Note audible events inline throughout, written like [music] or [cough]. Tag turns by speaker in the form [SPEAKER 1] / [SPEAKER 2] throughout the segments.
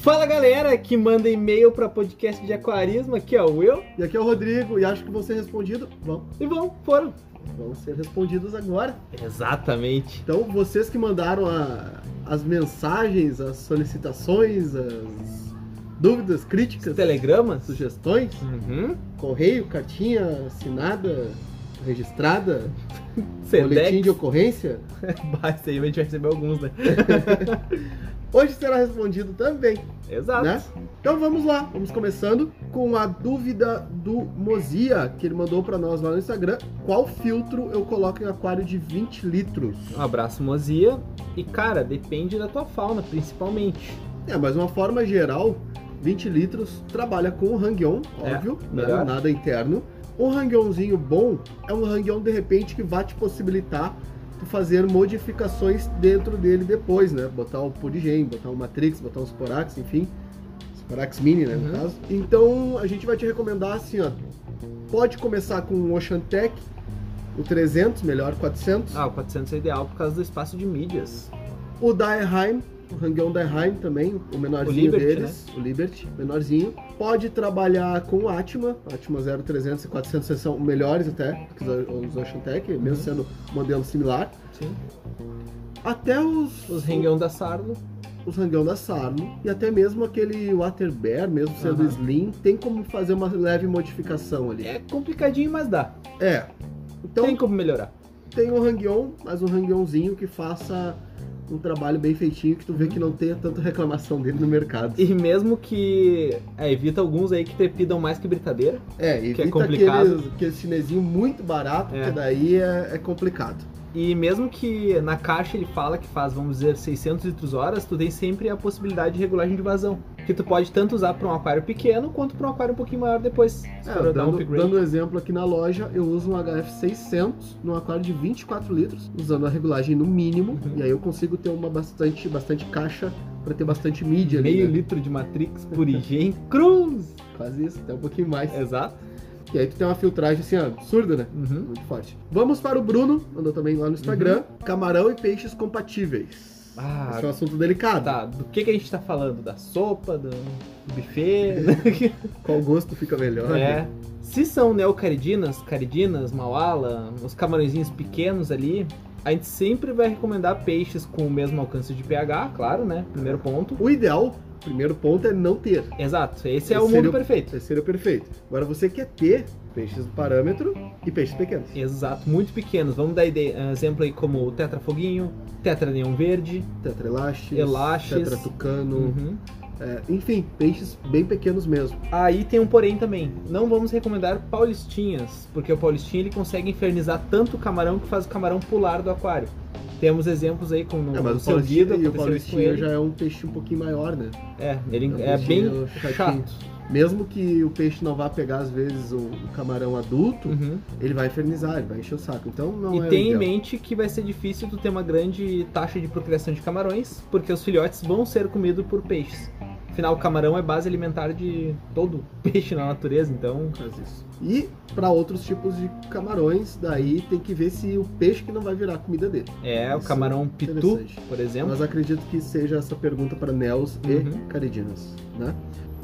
[SPEAKER 1] Fala galera que manda e-mail para podcast de aquarismo, aqui é o eu.
[SPEAKER 2] E aqui é o Rodrigo, e acho que você respondido. Vão,
[SPEAKER 1] E vão, foram.
[SPEAKER 2] vão ser respondidos agora.
[SPEAKER 1] Exatamente.
[SPEAKER 2] Então, vocês que mandaram a- as mensagens, as solicitações, as dúvidas,
[SPEAKER 1] Os
[SPEAKER 2] críticas,
[SPEAKER 1] telegramas?
[SPEAKER 2] sugestões,
[SPEAKER 1] Uhum.
[SPEAKER 2] correio, cartinha assinada, registrada, boletim de
[SPEAKER 1] Sedex.
[SPEAKER 2] ocorrência,
[SPEAKER 1] [laughs] Basta aí, a gente vai receber alguns, né?
[SPEAKER 2] hoje será respondido também.
[SPEAKER 1] Exato.
[SPEAKER 2] Né? Então vamos lá, vamos começando com a dúvida do Mozia, que ele mandou pra nós lá no Instagram. Qual filtro eu coloco em aquário de 20 litros?
[SPEAKER 1] Um abraço, Mozia. E cara, depende da tua fauna, principalmente.
[SPEAKER 2] É, mas uma forma geral, 20 litros trabalha com o hang-on,
[SPEAKER 1] É,
[SPEAKER 2] óbvio, né?
[SPEAKER 1] melhor.
[SPEAKER 2] nada interno. Um hang-onzinho bom é um hang-on de repente que vai te possibilitar tu fazer modificações dentro dele depois, né? Botar o Podigen, botar o Matrix, botar um Sporax, enfim. Sporax Mini, né,
[SPEAKER 1] Uhum.
[SPEAKER 2] no caso. Então a gente vai te recomendar assim, ó. Pode começar com o Ocean Tech, o 300, melhor 400.
[SPEAKER 1] Ah, o 400 é ideal por causa do espaço de mídias.
[SPEAKER 2] O Daeheim, o Hangão Daeheim também, o menorzinho
[SPEAKER 1] O Liberty, né?
[SPEAKER 2] deles, o Liberty, menorzinho. Pode trabalhar com o Atma, Atma 0300 e 400 são melhores até que os os Ocean Tech, mesmo
[SPEAKER 1] Uhum.
[SPEAKER 2] sendo um modelo similar.
[SPEAKER 1] Sim.
[SPEAKER 2] Até os,
[SPEAKER 1] Os rengão da Sarlo.
[SPEAKER 2] os Hangão da Sarno e até mesmo aquele Water Bear, mesmo sendo
[SPEAKER 1] Aham.
[SPEAKER 2] slim, tem como fazer uma leve modificação ali.
[SPEAKER 1] Uhum. É complicadinho, mas dá.
[SPEAKER 2] É. Então
[SPEAKER 1] Tem como melhorar.
[SPEAKER 2] tem o Hang-On, mas um Hang-Onzinho que faça um trabalho bem feitinho, que tu
[SPEAKER 1] Uhum.
[SPEAKER 2] vê que não tenha tanta reclamação dele no mercado.
[SPEAKER 1] E mesmo que é, evita alguns aí que trepidam mais que britadeira.
[SPEAKER 2] É, evita
[SPEAKER 1] complicado.
[SPEAKER 2] Aqueles, aquele chinesinho muito barato,
[SPEAKER 1] É.
[SPEAKER 2] porque daí é, é complicado.
[SPEAKER 1] E mesmo que na caixa ele fala que faz, vamos dizer, 600 litros horas, tu tem sempre a possibilidade de regulagem de vazão. Que tu pode tanto usar para um aquário pequeno, quanto para um aquário um pouquinho maior depois. Se
[SPEAKER 2] É,
[SPEAKER 1] for dar um
[SPEAKER 2] dando,
[SPEAKER 1] upgrade.
[SPEAKER 2] dando exemplo aqui na loja, eu uso um HF600 num aquário de 24 litros, usando a regulagem no mínimo,
[SPEAKER 1] Uhum.
[SPEAKER 2] e aí eu consigo ter uma bastante, bastante caixa para ter bastante mídia ali,
[SPEAKER 1] Meio
[SPEAKER 2] né?
[SPEAKER 1] litro de Matrix Purigen Cruz!
[SPEAKER 2] quase isso, até um pouquinho mais.
[SPEAKER 1] Exato.
[SPEAKER 2] E aí tu tem uma filtragem assim, ó, absurda, né?
[SPEAKER 1] Uhum.
[SPEAKER 2] Muito forte. Vamos para o Bruno, mandou também lá no Instagram, camarão e peixes compatíveis.
[SPEAKER 1] Ah,
[SPEAKER 2] Esse é um assunto delicado.
[SPEAKER 1] tá. Do que, que a gente tá falando? Da sopa, do, do
[SPEAKER 2] [laughs]
[SPEAKER 1] buffet?
[SPEAKER 2] Qual gosto fica melhor? né?
[SPEAKER 1] é. Se são neocaridinas, caridinas, mauala, os camarõezinhos pequenos ali, a gente sempre vai recomendar peixes com o mesmo alcance de pH, claro, né? Primeiro ponto.
[SPEAKER 2] O ideal, primeiro ponto, é não ter.
[SPEAKER 1] Exato, esse é
[SPEAKER 2] Esse
[SPEAKER 1] o mundo
[SPEAKER 2] seria o-
[SPEAKER 1] perfeito.
[SPEAKER 2] Terceiro é perfeito. Agora você quer ter peixes do parâmetro e peixes pequenos.
[SPEAKER 1] Exato, muito pequenos. Vamos dar ide- eh, exemplo aí como o tetrafoguinho, tetra neon verde.
[SPEAKER 2] Tetrelaches,
[SPEAKER 1] Elaches.
[SPEAKER 2] tetratucano,
[SPEAKER 1] Uhum.
[SPEAKER 2] é, enfim, peixes bem pequenos mesmo.
[SPEAKER 1] Aí tem um porém também. Não vamos recomendar paulistinhas, porque o paulistinha ele consegue infernizar tanto o camarão que faz o camarão pular do aquário. Temos exemplos aí como
[SPEAKER 2] É,
[SPEAKER 1] o
[SPEAKER 2] mas o
[SPEAKER 1] seu Guido,
[SPEAKER 2] paulistinha, e o
[SPEAKER 1] aconteceu isso com
[SPEAKER 2] paulistinha
[SPEAKER 1] ele.
[SPEAKER 2] já é um peixe um pouquinho maior, né?
[SPEAKER 1] É, ele
[SPEAKER 2] É um
[SPEAKER 1] é bem
[SPEAKER 2] peixinho
[SPEAKER 1] chato.
[SPEAKER 2] chatinho. Mesmo que o peixe não vá pegar, às vezes, o, o camarão adulto,
[SPEAKER 1] Uhum.
[SPEAKER 2] ele vai infernizar, ele vai encher o saco. Então não é
[SPEAKER 1] E
[SPEAKER 2] o
[SPEAKER 1] tem em
[SPEAKER 2] ideal.
[SPEAKER 1] mente que vai ser difícil tu ter uma grande taxa de procriação de camarões, porque os filhotes vão ser comidos por peixes. Afinal, o camarão é base alimentar de todo peixe na natureza, então.
[SPEAKER 2] Faz isso. E para outros tipos de camarões, daí tem que ver se o peixe que não vai virar a comida dele.
[SPEAKER 1] É, o
[SPEAKER 2] Isso,
[SPEAKER 1] camarão pitu,
[SPEAKER 2] Interessante.
[SPEAKER 1] por exemplo.
[SPEAKER 2] Mas acredito que seja essa pergunta para Nels
[SPEAKER 1] Uhum.
[SPEAKER 2] e Caridinas, né?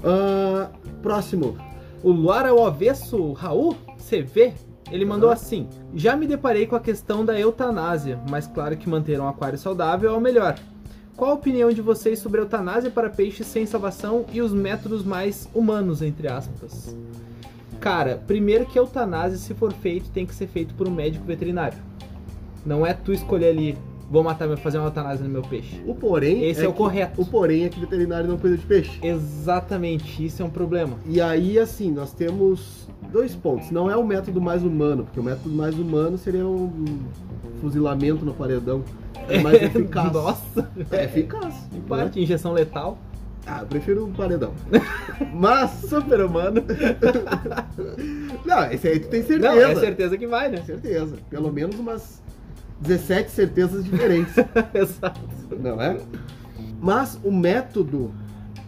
[SPEAKER 2] Ah, próximo.
[SPEAKER 1] O Luar ao avesso, Raul, CV, ele mandou
[SPEAKER 2] Aham.
[SPEAKER 1] assim: Já me deparei com a questão da eutanásia, mas claro que manter um aquário saudável é o melhor. Qual a opinião de vocês sobre a eutanásia para peixes sem salvação e os métodos mais humanos, entre aspas? Cara, primeiro que a eutanásia, se for feito, tem que ser feito por um médico veterinário. Não é tu escolher ali, vou matar, vou fazer uma eutanásia no meu peixe.
[SPEAKER 2] O porém.
[SPEAKER 1] Esse é, o
[SPEAKER 2] que-
[SPEAKER 1] correto.
[SPEAKER 2] O porém é que veterinário não cuida de peixe.
[SPEAKER 1] Exatamente, isso é um
[SPEAKER 2] [laughs]
[SPEAKER 1] problema.
[SPEAKER 2] E aí, assim, nós temos dois pontos. Não é o método mais humano, porque o método mais humano seria um fuzilamento no paredão. É mais
[SPEAKER 1] [laughs]
[SPEAKER 2] eficaz.
[SPEAKER 1] Nossa,
[SPEAKER 2] É eficaz.
[SPEAKER 1] em
[SPEAKER 2] né?
[SPEAKER 1] parte, injeção letal.
[SPEAKER 2] Ah, eu prefiro um paredão. [laughs] Mas, super humano. [laughs] não, esse aí tu tem certeza.
[SPEAKER 1] Não, é certeza que vai, né? [laughs]
[SPEAKER 2] Certeza. Pelo menos umas 17
[SPEAKER 1] [laughs]
[SPEAKER 2] certezas diferentes,
[SPEAKER 1] Exato.
[SPEAKER 2] não é? Mas o método,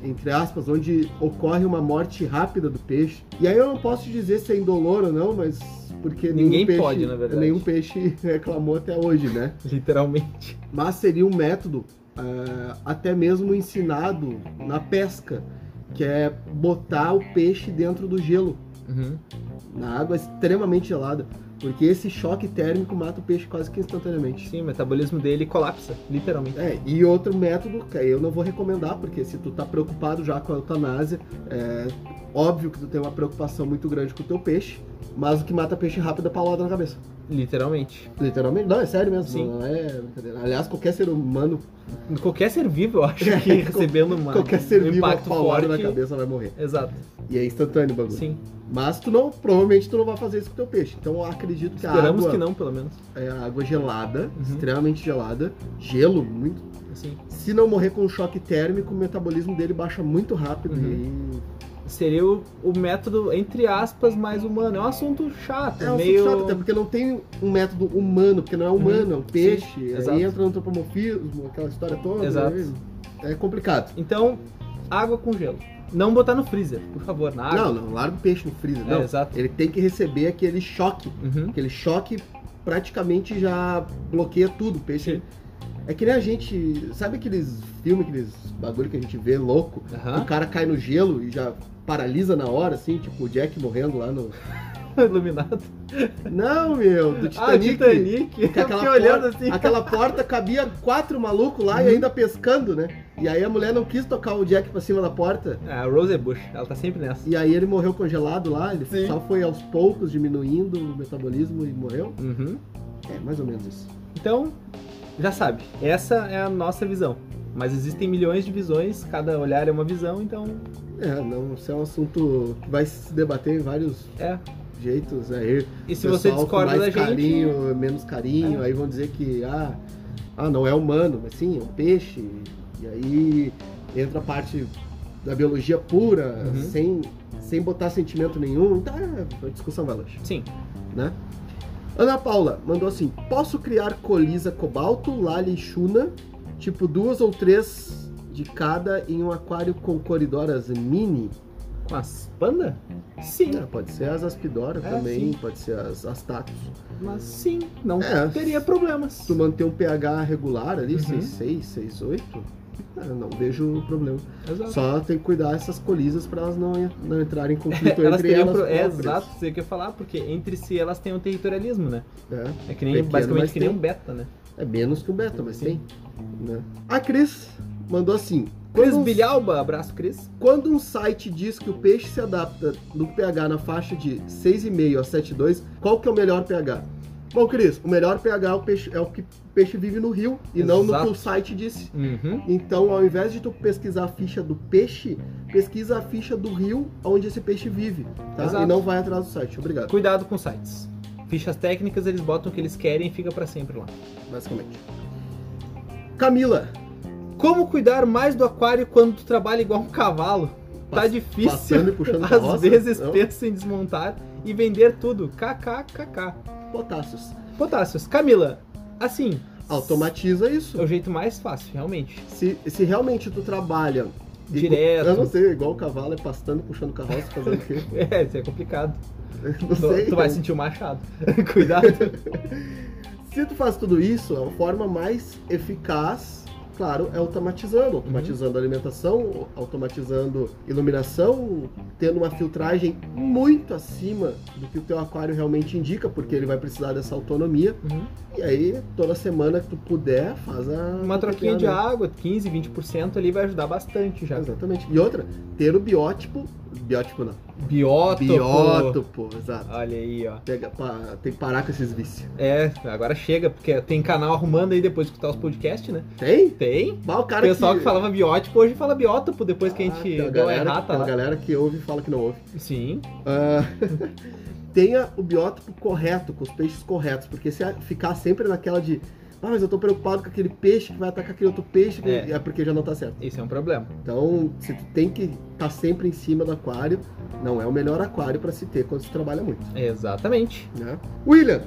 [SPEAKER 2] entre aspas, onde ocorre uma morte rápida do peixe, e aí eu não posso te dizer se é indolor ou não, mas porque nenhum
[SPEAKER 1] Ninguém
[SPEAKER 2] peixe,
[SPEAKER 1] pode, na verdade.
[SPEAKER 2] [laughs] nenhum peixe reclamou até hoje, né?
[SPEAKER 1] Literalmente.
[SPEAKER 2] Mas seria um método ah, até mesmo ensinado na pesca, que é botar o peixe dentro do gelo,
[SPEAKER 1] Uhum.
[SPEAKER 2] na água extremamente gelada, porque esse choque térmico mata o peixe quase que instantaneamente.
[SPEAKER 1] Sim, o metabolismo dele colapsa, literalmente.
[SPEAKER 2] É, e outro método que eu não vou recomendar, porque se tu tá preocupado já com a eutanásia, é óbvio que tu tem uma preocupação muito grande com o teu peixe, mas o que mata peixe rápido é paulada na cabeça.
[SPEAKER 1] Literalmente.
[SPEAKER 2] Literalmente, não, é sério mesmo,
[SPEAKER 1] Sim.
[SPEAKER 2] não é brincadeira. Aliás, qualquer ser humano,
[SPEAKER 1] Qualquer ser vivo, eu
[SPEAKER 2] [laughs]
[SPEAKER 1] acho que recebendo uma,
[SPEAKER 2] qualquer ser
[SPEAKER 1] um
[SPEAKER 2] vivo, uma
[SPEAKER 1] impacto
[SPEAKER 2] paulada na
[SPEAKER 1] forte-
[SPEAKER 2] cabeça vai morrer.
[SPEAKER 1] Exato.
[SPEAKER 2] E é instantâneo o bagulho.
[SPEAKER 1] Sim.
[SPEAKER 2] Mas tu não, provavelmente tu não vai fazer isso com o teu peixe. Então eu acredito que a
[SPEAKER 1] Esperamos
[SPEAKER 2] água,
[SPEAKER 1] que não, pelo menos.
[SPEAKER 2] é a água gelada,
[SPEAKER 1] Uhum.
[SPEAKER 2] extremamente gelada, gelo, muito
[SPEAKER 1] Assim,
[SPEAKER 2] Se não morrer com um choque térmico, o metabolismo dele baixa muito rápido.
[SPEAKER 1] Uhum. seria o, o método, entre aspas, mais humano. É um assunto chato,
[SPEAKER 2] E é um
[SPEAKER 1] meio. Uhum.
[SPEAKER 2] assunto chato, até porque não tem um método humano, porque não é humano, é um peixe. aí
[SPEAKER 1] exato. É,
[SPEAKER 2] entra no antropomorfismo, aquela história toda.
[SPEAKER 1] Exato.
[SPEAKER 2] aí É complicado.
[SPEAKER 1] Então, água com gelo. Não botar no freezer, por favor, na água.
[SPEAKER 2] Não, não, larga o peixe no freezer,
[SPEAKER 1] Ah. É,
[SPEAKER 2] não.
[SPEAKER 1] exato.
[SPEAKER 2] Ele tem que receber aquele choque.
[SPEAKER 1] Uhum.
[SPEAKER 2] Aquele choque praticamente já bloqueia tudo. O peixe. É que nem a gente. Sabe aqueles filmes, aqueles bagulho que a gente vê louco? O [laughs]
[SPEAKER 1] Aham.
[SPEAKER 2] cara cai no gelo e já paralisa na hora, assim, tipo o Jack morrendo lá no.
[SPEAKER 1] Iluminado.
[SPEAKER 2] Não, meu, do
[SPEAKER 1] Ah,
[SPEAKER 2] Titanic.
[SPEAKER 1] Titanic. Eu
[SPEAKER 2] Que
[SPEAKER 1] fiquei
[SPEAKER 2] aquela,
[SPEAKER 1] olhando
[SPEAKER 2] porta,
[SPEAKER 1] assim.
[SPEAKER 2] aquela porta cabia quatro malucos lá e
[SPEAKER 1] Uhum.
[SPEAKER 2] ainda pescando, né? E aí a mulher não quis tocar o Jack pra cima da porta.
[SPEAKER 1] É, a Rose Bush, ela tá sempre nessa.
[SPEAKER 2] E aí ele morreu congelado lá, ele
[SPEAKER 1] Sim.
[SPEAKER 2] só foi aos poucos diminuindo o metabolismo e morreu.
[SPEAKER 1] Uhum.
[SPEAKER 2] É, mais ou menos isso.
[SPEAKER 1] Então, já sabe, essa é a nossa visão. Mas existem milhões de visões, cada olhar é uma visão, então
[SPEAKER 2] É, não, isso é um assunto que vai se debater em vários
[SPEAKER 1] é.
[SPEAKER 2] jeitos é, aí.
[SPEAKER 1] E se
[SPEAKER 2] O
[SPEAKER 1] você
[SPEAKER 2] pessoal com
[SPEAKER 1] discorda da
[SPEAKER 2] mais
[SPEAKER 1] gente,
[SPEAKER 2] carinho, menos carinho,
[SPEAKER 1] É.
[SPEAKER 2] aí vão dizer que ah, ah, não é humano, mas sim, é um peixe. E aí entra a parte da biologia pura,
[SPEAKER 1] Uhum.
[SPEAKER 2] sem, sem botar sentimento nenhum. Tá, a discussão vai longe,
[SPEAKER 1] sim,
[SPEAKER 2] né? Ana Paula mandou assim: posso criar colisa cobalto, lali e chuna, tipo duas ou três de cada em um aquário com coridoras mini?
[SPEAKER 1] com as panda? Sim,
[SPEAKER 2] Ah, pode ser as aspidoras
[SPEAKER 1] É,
[SPEAKER 2] também,
[SPEAKER 1] sim.
[SPEAKER 2] pode ser as, as tatus.
[SPEAKER 1] mas sim, não
[SPEAKER 2] É.
[SPEAKER 1] teria problemas.
[SPEAKER 2] Se tu manter um pH regular ali,
[SPEAKER 1] Uhum.
[SPEAKER 2] 6,6, 6,8, ah, não vejo problema.
[SPEAKER 1] Exato.
[SPEAKER 2] Só tem que cuidar essas colisas para elas não, não entrarem em
[SPEAKER 1] [laughs]
[SPEAKER 2] conflito
[SPEAKER 1] elas
[SPEAKER 2] entre
[SPEAKER 1] teriam
[SPEAKER 2] elas.
[SPEAKER 1] pro... é,
[SPEAKER 2] próprias.
[SPEAKER 1] exato, isso aí que eu ia falar, porque entre si elas têm um territorialismo, né?
[SPEAKER 2] É,
[SPEAKER 1] É que nem,
[SPEAKER 2] Pequeno,
[SPEAKER 1] basicamente
[SPEAKER 2] mas
[SPEAKER 1] que nem
[SPEAKER 2] tem.
[SPEAKER 1] um beta, né?
[SPEAKER 2] é menos que o beta, mas
[SPEAKER 1] Sim.
[SPEAKER 2] tem. Né? A Cris mandou assim.
[SPEAKER 1] Cris
[SPEAKER 2] quando um-
[SPEAKER 1] Bilhalba, abraço Cris.
[SPEAKER 2] Quando um site diz que o peixe se adapta no pH na faixa de 6,5 a 7,2, qual que é o melhor pH? Bom, Cris, o melhor pH é o, peixe, é o que o peixe vive no rio e não no que o
[SPEAKER 1] Exato.
[SPEAKER 2] site disse.
[SPEAKER 1] Uhum.
[SPEAKER 2] Então, ao invés de tu pesquisar a ficha do peixe, pesquisa a ficha do rio onde esse peixe vive, tá?
[SPEAKER 1] Exato.
[SPEAKER 2] E não vai atrás do site. Obrigado,
[SPEAKER 1] Cuidado com sites. Fichas técnicas eles botam o que eles querem e fica pra sempre lá.
[SPEAKER 2] basicamente. Camila,
[SPEAKER 1] Como cuidar mais do aquário quando tu trabalha igual um cavalo? Tá
[SPEAKER 2] Pass-
[SPEAKER 1] difícil.
[SPEAKER 2] passando e
[SPEAKER 1] [laughs]
[SPEAKER 2] puxando
[SPEAKER 1] Às
[SPEAKER 2] carroça,
[SPEAKER 1] vezes
[SPEAKER 2] não?
[SPEAKER 1] pensa em desmontar e vender tudo. KKKK.
[SPEAKER 2] potássios.
[SPEAKER 1] Potássios. Camila, assim.
[SPEAKER 2] Automatiza
[SPEAKER 1] É
[SPEAKER 2] isso.
[SPEAKER 1] o jeito mais fácil, realmente.
[SPEAKER 2] Se, se realmente tu trabalha... e-
[SPEAKER 1] Direto.
[SPEAKER 2] Eu não sei, igual o cavalo, é pastando, puxando carroça, fazendo o quê?
[SPEAKER 1] [laughs]
[SPEAKER 2] [laughs]
[SPEAKER 1] É, isso é complicado.
[SPEAKER 2] Eu Não
[SPEAKER 1] Tu,
[SPEAKER 2] sei. né? então.
[SPEAKER 1] tu vai sentir o machado. [laughs] Cuidado.
[SPEAKER 2] Se tu faz tudo isso, a forma mais eficaz, claro, é automatizando. Automatizando alimentação, automatizando iluminação, tendo uma filtragem muito acima do que o teu aquário realmente indica, porque ele vai precisar dessa autonomia.
[SPEAKER 1] Uhum.
[SPEAKER 2] E aí, toda semana que tu puder, faz a...
[SPEAKER 1] Uma troquinha de
[SPEAKER 2] né?
[SPEAKER 1] água, 15, 20% ali vai ajudar bastante já.
[SPEAKER 2] Exatamente. E outra, ter o biótipo... Biótipo não.
[SPEAKER 1] Biótopo.
[SPEAKER 2] Biótopo, exato.
[SPEAKER 1] Olha aí, ó.
[SPEAKER 2] Pega, pa- tem que parar com esses vícios.
[SPEAKER 1] É, agora chega, porque tem canal arrumando aí depois de escutar os podcasts, né?
[SPEAKER 2] Tem?
[SPEAKER 1] Tem.
[SPEAKER 2] Bah, o
[SPEAKER 1] O
[SPEAKER 2] cara
[SPEAKER 1] pessoal que... falava biótipo hoje fala biótopo depois que a
[SPEAKER 2] Ah,
[SPEAKER 1] gente
[SPEAKER 2] tem uma
[SPEAKER 1] deu a
[SPEAKER 2] galera-
[SPEAKER 1] errata
[SPEAKER 2] tem uma
[SPEAKER 1] lá.
[SPEAKER 2] galera que ouve e fala que não ouve.
[SPEAKER 1] Sim.
[SPEAKER 2] Ah, [laughs] tenha o biótipo correto, com os peixes corretos, porque se a- ficar sempre naquela de, ah, mas eu tô preocupado com aquele peixe que vai atacar aquele outro peixe,
[SPEAKER 1] É.
[SPEAKER 2] é, porque já não tá certo.
[SPEAKER 1] Esse é um problema.
[SPEAKER 2] Então, se tu tem que estar sempre em cima do aquário, não é o melhor aquário pra se ter quando se trabalha muito,
[SPEAKER 1] Exatamente.
[SPEAKER 2] né? William,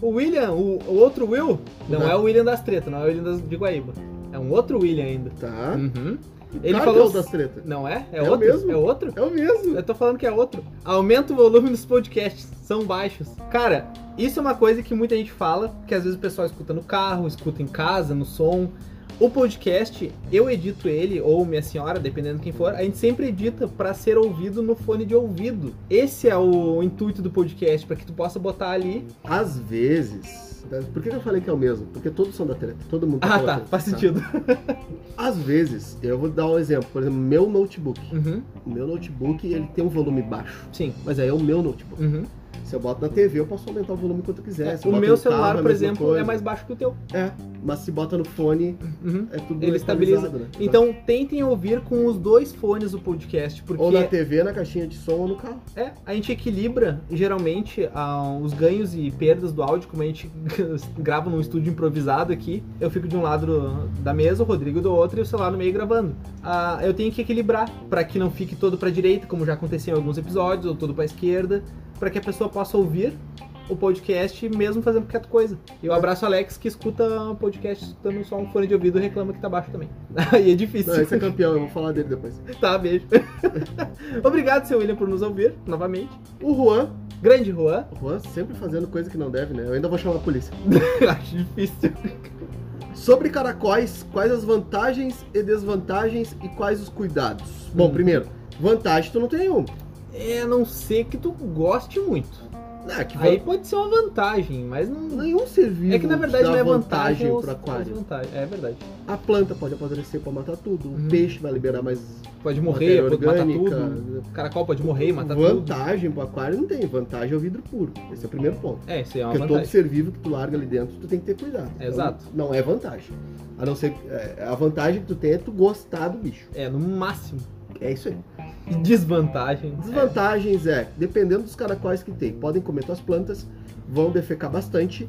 [SPEAKER 1] O William, o, o outro Will, não
[SPEAKER 2] Uhum.
[SPEAKER 1] é o William das Tretas, não é o William das, de Guaíba. É um outro William ainda.
[SPEAKER 2] tá?
[SPEAKER 1] Uhum. Ele
[SPEAKER 2] Claro
[SPEAKER 1] falou.
[SPEAKER 2] que é o das tretas.
[SPEAKER 1] Não é? É,
[SPEAKER 2] É o
[SPEAKER 1] outro?
[SPEAKER 2] mesmo.
[SPEAKER 1] É outro?
[SPEAKER 2] É o mesmo.
[SPEAKER 1] Eu tô falando que é outro. Aumenta o volume dos podcasts, são baixos. Cara, isso é uma coisa que muita gente fala, que às vezes o pessoal escuta no carro, escuta em casa, no som. O podcast, eu edito ele, ou minha senhora, dependendo de quem for, a gente sempre edita para ser ouvido no fone de ouvido. Esse é o intuito do podcast, para que tu possa botar ali.
[SPEAKER 2] Às vezes. tá? Por que que eu falei que é o mesmo? Porque todos são da treta, todo mundo
[SPEAKER 1] Ah,
[SPEAKER 2] da
[SPEAKER 1] tá,
[SPEAKER 2] treta,
[SPEAKER 1] faz sentido.
[SPEAKER 2] Às vezes, eu vou dar um exemplo, por exemplo, meu notebook.
[SPEAKER 1] Uhum,
[SPEAKER 2] O meu notebook, ele tem um volume baixo,
[SPEAKER 1] sim.
[SPEAKER 2] mas aí é o meu notebook.
[SPEAKER 1] Uhum.
[SPEAKER 2] Se eu boto na TV, eu posso aumentar o volume quanto eu quiser. Se eu
[SPEAKER 1] o
[SPEAKER 2] boto
[SPEAKER 1] meu
[SPEAKER 2] no carro, é
[SPEAKER 1] celular,
[SPEAKER 2] a
[SPEAKER 1] por
[SPEAKER 2] mesma
[SPEAKER 1] exemplo,
[SPEAKER 2] coisa.
[SPEAKER 1] é mais baixo que o teu.
[SPEAKER 2] É, mas se bota no fone,
[SPEAKER 1] Uhum.
[SPEAKER 2] é tudo
[SPEAKER 1] Ele
[SPEAKER 2] equalizado,
[SPEAKER 1] estabiliza.
[SPEAKER 2] né?
[SPEAKER 1] Então tentem ouvir com os dois fones o podcast, porque
[SPEAKER 2] Ou na TV, na caixinha de som ou no carro.
[SPEAKER 1] é, a gente equilibra geralmente ah, os ganhos e perdas do áudio, como a gente [laughs] grava num estúdio improvisado aqui. Eu fico de um lado do- da mesa, o Rodrigo do outro e o celular no meio gravando. Ah, eu tenho que equilibrar para que não fique todo para direita, como já aconteceu em alguns episódios, ou todo para esquerda, para que a pessoa possa ouvir o podcast mesmo fazendo qualquer coisa. E eu abraço o Alex que escuta o podcast escutando só um fone de ouvido e reclama que tá baixo também. [laughs] Aí é difícil.
[SPEAKER 2] Não, esse é campeão, eu vou falar dele depois.
[SPEAKER 1] [laughs] Tá, beijo. [laughs] Obrigado, seu William, por nos ouvir novamente.
[SPEAKER 2] O Juan,
[SPEAKER 1] Grande Juan. [laughs]
[SPEAKER 2] o Juan sempre fazendo coisa que não deve, né? Eu ainda vou chamar a polícia.
[SPEAKER 1] Acho difícil.
[SPEAKER 2] Sobre caracóis, quais as vantagens e desvantagens e quais os cuidados? Bom,
[SPEAKER 1] Hum.
[SPEAKER 2] primeiro, vantagem tu não tem nenhum.
[SPEAKER 1] É, a não ser que tu goste muito.
[SPEAKER 2] Ah, que
[SPEAKER 1] Aí
[SPEAKER 2] van-
[SPEAKER 1] pode ser uma vantagem, mas não.
[SPEAKER 2] nenhum serviço.
[SPEAKER 1] É que na verdade não é vantagem,
[SPEAKER 2] Hum, vantagem
[SPEAKER 1] ou
[SPEAKER 2] para aquário.
[SPEAKER 1] desvantagem. É verdade.
[SPEAKER 2] A planta pode apodrecer para matar tudo. O
[SPEAKER 1] Uhum.
[SPEAKER 2] peixe vai liberar mais
[SPEAKER 1] Pode morrer, pode
[SPEAKER 2] matéria
[SPEAKER 1] matar
[SPEAKER 2] orgânica.
[SPEAKER 1] tudo. O caracol pode morrer e matar tudo.
[SPEAKER 2] vantagem pro aquário não tem. Vantagem é o vidro puro. Esse é o primeiro ponto.
[SPEAKER 1] É, isso aí é uma
[SPEAKER 2] Porque todo
[SPEAKER 1] vantagem.
[SPEAKER 2] ser vivo que tu larga ali dentro, tu tem que ter cuidado. Então,
[SPEAKER 1] Exato.
[SPEAKER 2] não é vantagem. A não ser. é, a vantagem que tu tem é tu gostar do bicho.
[SPEAKER 1] É, no máximo.
[SPEAKER 2] É isso aí.
[SPEAKER 1] E desvantagem.
[SPEAKER 2] Desvantagens é, dependendo dos caracóis que tem, podem comer tuas plantas, vão defecar bastante,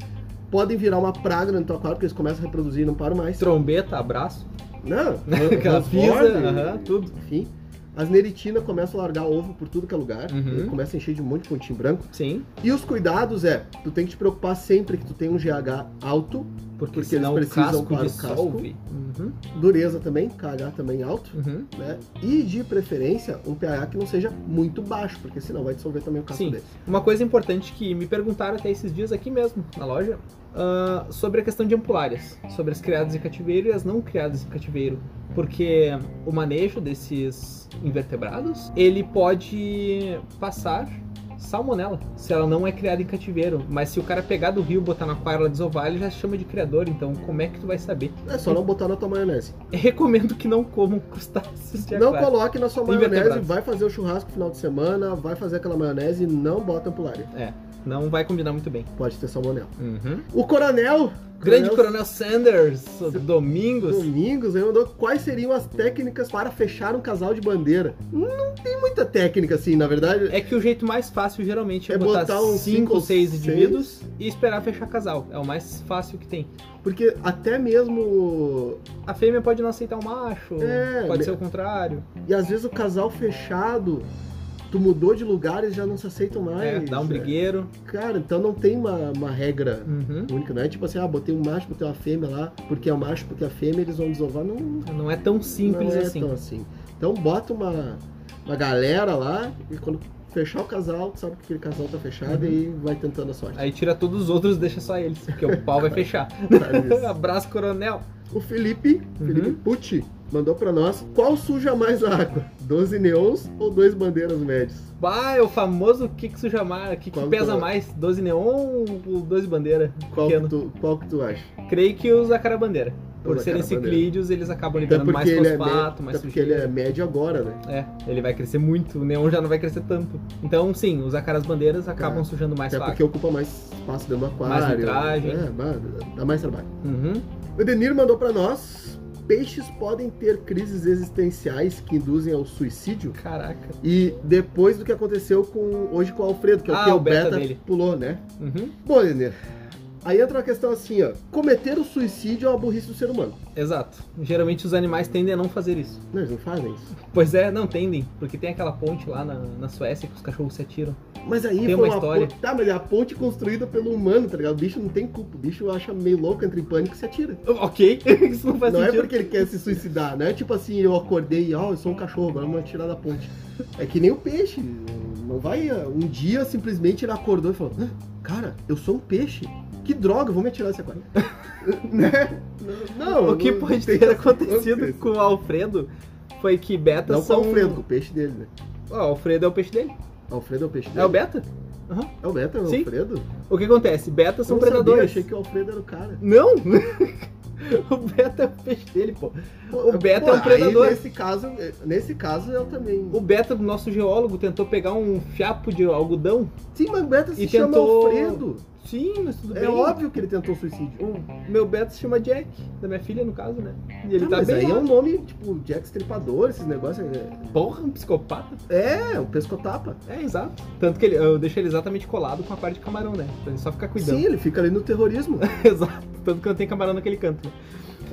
[SPEAKER 2] podem virar uma praga no teu aquário, porque eles começam a reproduzir e não param mais.
[SPEAKER 1] Trombeta, abraço. [laughs]
[SPEAKER 2] Não,
[SPEAKER 1] Aquela
[SPEAKER 2] transforme,
[SPEAKER 1] pisa, aham, tudo.
[SPEAKER 2] Enfim. As neritinas começam a largar ovo por tudo que é lugar,
[SPEAKER 1] Uhum.
[SPEAKER 2] e começa a encher de um monte de pontinho branco.
[SPEAKER 1] Sim,
[SPEAKER 2] E os cuidados é, tu tem que te preocupar sempre que tu tem um GH alto,
[SPEAKER 1] porque,
[SPEAKER 2] Porque
[SPEAKER 1] senão
[SPEAKER 2] eles
[SPEAKER 1] o
[SPEAKER 2] precisam
[SPEAKER 1] casco
[SPEAKER 2] para o
[SPEAKER 1] dissolve. Uhum,
[SPEAKER 2] dureza também, KH também alto,
[SPEAKER 1] uhum.
[SPEAKER 2] né? E de preferência, um pH que não seja muito baixo, porque senão vai dissolver também o casco
[SPEAKER 1] Sim.
[SPEAKER 2] dele.
[SPEAKER 1] Uma coisa importante que me perguntaram até esses dias aqui mesmo, na loja, ah, sobre a questão de ampulárias, sobre as criadas em cativeiro e as não criadas em cativeiro. Porque o manejo desses invertebrados, ele pode passar salmonela, se ela não é criada em cativeiro. Mas se o cara pegar do rio, botar na aquário, ela desovar, ele já chama de criador, então como é que tu vai saber? [laughs]
[SPEAKER 2] É só não botar na tua maionese.
[SPEAKER 1] Recomendo que não comam crustáceos de
[SPEAKER 2] Não
[SPEAKER 1] aquário.
[SPEAKER 2] coloque na sua maionese,
[SPEAKER 1] Invertebrados.
[SPEAKER 2] vai fazer o churrasco no final de semana, vai fazer aquela maionese e não bota ampulária.
[SPEAKER 1] Não vai combinar muito bem.
[SPEAKER 2] Pode ter salmonela.
[SPEAKER 1] Uhum.
[SPEAKER 2] O coronel,
[SPEAKER 1] Grande Coronel
[SPEAKER 2] Coronel-
[SPEAKER 1] Sanders, Domingos.
[SPEAKER 2] Domingos, ele mandou quais seriam as técnicas para fechar um casal de bandeira. Não tem muita técnica assim, na verdade.
[SPEAKER 1] É que o jeito mais fácil geralmente é,
[SPEAKER 2] É
[SPEAKER 1] botar,
[SPEAKER 2] botar uns cinco
[SPEAKER 1] 5 ou 6
[SPEAKER 2] seis.
[SPEAKER 1] indivíduos e esperar fechar casal. É o mais fácil que tem.
[SPEAKER 2] Porque até mesmo.
[SPEAKER 1] A fêmea pode não aceitar o macho,
[SPEAKER 2] É,
[SPEAKER 1] pode
[SPEAKER 2] me-
[SPEAKER 1] ser o contrário.
[SPEAKER 2] E às vezes o casal fechado, tu mudou de lugar, eles já não se aceitam mais.
[SPEAKER 1] é, dá um brigueiro.
[SPEAKER 2] Cara, então não tem uma, uma regra.
[SPEAKER 1] Uhum.
[SPEAKER 2] única. não é tipo assim, ah, botei um macho, botei uma fêmea lá, porque é o macho, porque a fêmea, eles vão desovar. Não,
[SPEAKER 1] Não é tão simples
[SPEAKER 2] não é
[SPEAKER 1] assim.
[SPEAKER 2] tão assim. Então bota uma, uma galera lá e quando fechar o casal, tu sabe que aquele casal tá fechado
[SPEAKER 1] Uhum.
[SPEAKER 2] e vai tentando a
[SPEAKER 1] [laughs]
[SPEAKER 2] sorte.
[SPEAKER 1] Aí tira todos os outros e deixa só eles, porque o
[SPEAKER 2] [laughs]
[SPEAKER 1] pau vai fechar. [laughs]
[SPEAKER 2] Faz
[SPEAKER 1] Abraço, coronel.
[SPEAKER 2] isso. o Felipe, Felipe
[SPEAKER 1] Tá Uhum.
[SPEAKER 2] Pucci, mandou pra nós qual suja mais a água? 12 neons ou dois bandeiras médias?
[SPEAKER 1] Bah, é o famoso que que suja mais, que, que
[SPEAKER 2] Qual que
[SPEAKER 1] pesa
[SPEAKER 2] é?
[SPEAKER 1] mais, 12 neon ou 12 bandeira?
[SPEAKER 2] Qual que,
[SPEAKER 1] Pequeno.
[SPEAKER 2] tu, qual que tu acha?
[SPEAKER 1] Creio que os acara-bandeira. Por
[SPEAKER 2] Os
[SPEAKER 1] serem
[SPEAKER 2] acarabandeira.
[SPEAKER 1] ciclídeos, eles acabam liberando mais
[SPEAKER 2] ele é,
[SPEAKER 1] fosfato,
[SPEAKER 2] médio,
[SPEAKER 1] mais
[SPEAKER 2] até porque ele é médio agora, né?
[SPEAKER 1] É, ele vai crescer muito, o neon já não vai crescer tanto. Então, sim, os acaras bandeiras acabam
[SPEAKER 2] É,
[SPEAKER 1] sujando mais
[SPEAKER 2] Até
[SPEAKER 1] fácil.
[SPEAKER 2] porque ocupa mais espaço dentro do aquário.
[SPEAKER 1] litragem.
[SPEAKER 2] É, dá- dá mais trabalho.
[SPEAKER 1] Uhum.
[SPEAKER 2] O Edenir mandou pra nós. Peixes podem ter crises existenciais que induzem ao suicídio.
[SPEAKER 1] Caraca.
[SPEAKER 2] E depois do que aconteceu com hoje com o Alfredo, que é
[SPEAKER 1] Ah,
[SPEAKER 2] o que
[SPEAKER 1] o
[SPEAKER 2] o
[SPEAKER 1] beta
[SPEAKER 2] Beta,
[SPEAKER 1] dele.
[SPEAKER 2] pulou, né?
[SPEAKER 1] Uhum.
[SPEAKER 2] Bom, Edenir, aí entra uma questão assim, ó. Cometer o suicídio é uma burrice do ser humano.
[SPEAKER 1] Exato. Geralmente os animais tendem a não fazer isso.
[SPEAKER 2] Não, eles não fazem isso.
[SPEAKER 1] Pois é, não tendem, porque tem aquela ponte lá na, na Suécia que os cachorros se atiram. [laughs]
[SPEAKER 2] Mas aí
[SPEAKER 1] Tem
[SPEAKER 2] foi
[SPEAKER 1] uma história.
[SPEAKER 2] ponte. Tá, mas é a ponte construída pelo humano, tá ligado? O bicho não tem culpa. O bicho acha meio louco, entra em pânico e se atira.
[SPEAKER 1] Ok, [laughs] isso não faz
[SPEAKER 2] não é
[SPEAKER 1] sentido.
[SPEAKER 2] porque ele quer se suicidar, não é tipo assim, eu acordei e, ó, eu sou um cachorro, agora eu vou tirar da ponte. É que nem o peixe. Não vai. ó, Um dia simplesmente ele acordou e falou: "Ah, Cara, eu sou um peixe. Que droga, eu vou me atirar desse aquário. [laughs] né? Não,
[SPEAKER 1] o que
[SPEAKER 2] não-
[SPEAKER 1] pode
[SPEAKER 2] [laughs] não
[SPEAKER 1] ter
[SPEAKER 2] tem
[SPEAKER 1] acontecido
[SPEAKER 2] essa-
[SPEAKER 1] com o Alfredo foi que betas
[SPEAKER 2] Não com o
[SPEAKER 1] são.
[SPEAKER 2] Alfredo, com o peixe dele, né?
[SPEAKER 1] Ó, o Alfredo é o peixe dele.
[SPEAKER 2] Alfredo é o peixe dele.
[SPEAKER 1] É o beta?
[SPEAKER 2] É o Beto, é o
[SPEAKER 1] Sim. um
[SPEAKER 2] Alfredo?
[SPEAKER 1] O que acontece? Betas são
[SPEAKER 2] Eu não sabia,
[SPEAKER 1] predadores.
[SPEAKER 2] achei que o Alfredo era o cara.
[SPEAKER 1] Não! [laughs] o beta é o peixe dele, pô.
[SPEAKER 2] Pô,
[SPEAKER 1] O Beto
[SPEAKER 2] pô,
[SPEAKER 1] é um predador.
[SPEAKER 2] Aí, nesse caso, eh, nesse caso eu também.
[SPEAKER 1] O beta do nosso geólogo tentou pegar um fiapo de algodão.
[SPEAKER 2] Sim, mas o Beto se
[SPEAKER 1] E
[SPEAKER 2] chama
[SPEAKER 1] tentou-
[SPEAKER 2] Alfredo.
[SPEAKER 1] Sim, mas tudo
[SPEAKER 2] É
[SPEAKER 1] bem.
[SPEAKER 2] óbvio que ele tentou suicídio.
[SPEAKER 1] O meu beta se chama Jack, da minha filha, no caso, né? E ele
[SPEAKER 2] Ah,
[SPEAKER 1] tá
[SPEAKER 2] mas
[SPEAKER 1] bem.
[SPEAKER 2] aí é
[SPEAKER 1] lá.
[SPEAKER 2] um nome, tipo, Jack Stripador, esses negócios. é-
[SPEAKER 1] Porra, um psicopata.
[SPEAKER 2] É, um pescotapa.
[SPEAKER 1] É, exato. Tanto que ele, eu deixo ele exatamente colado com a parte de camarão, né? Pra ele só ficar cuidando.
[SPEAKER 2] Sim, ele fica ali no terrorismo.
[SPEAKER 1] [laughs] Exato. Tanto que eu tenho camarão naquele canto. né?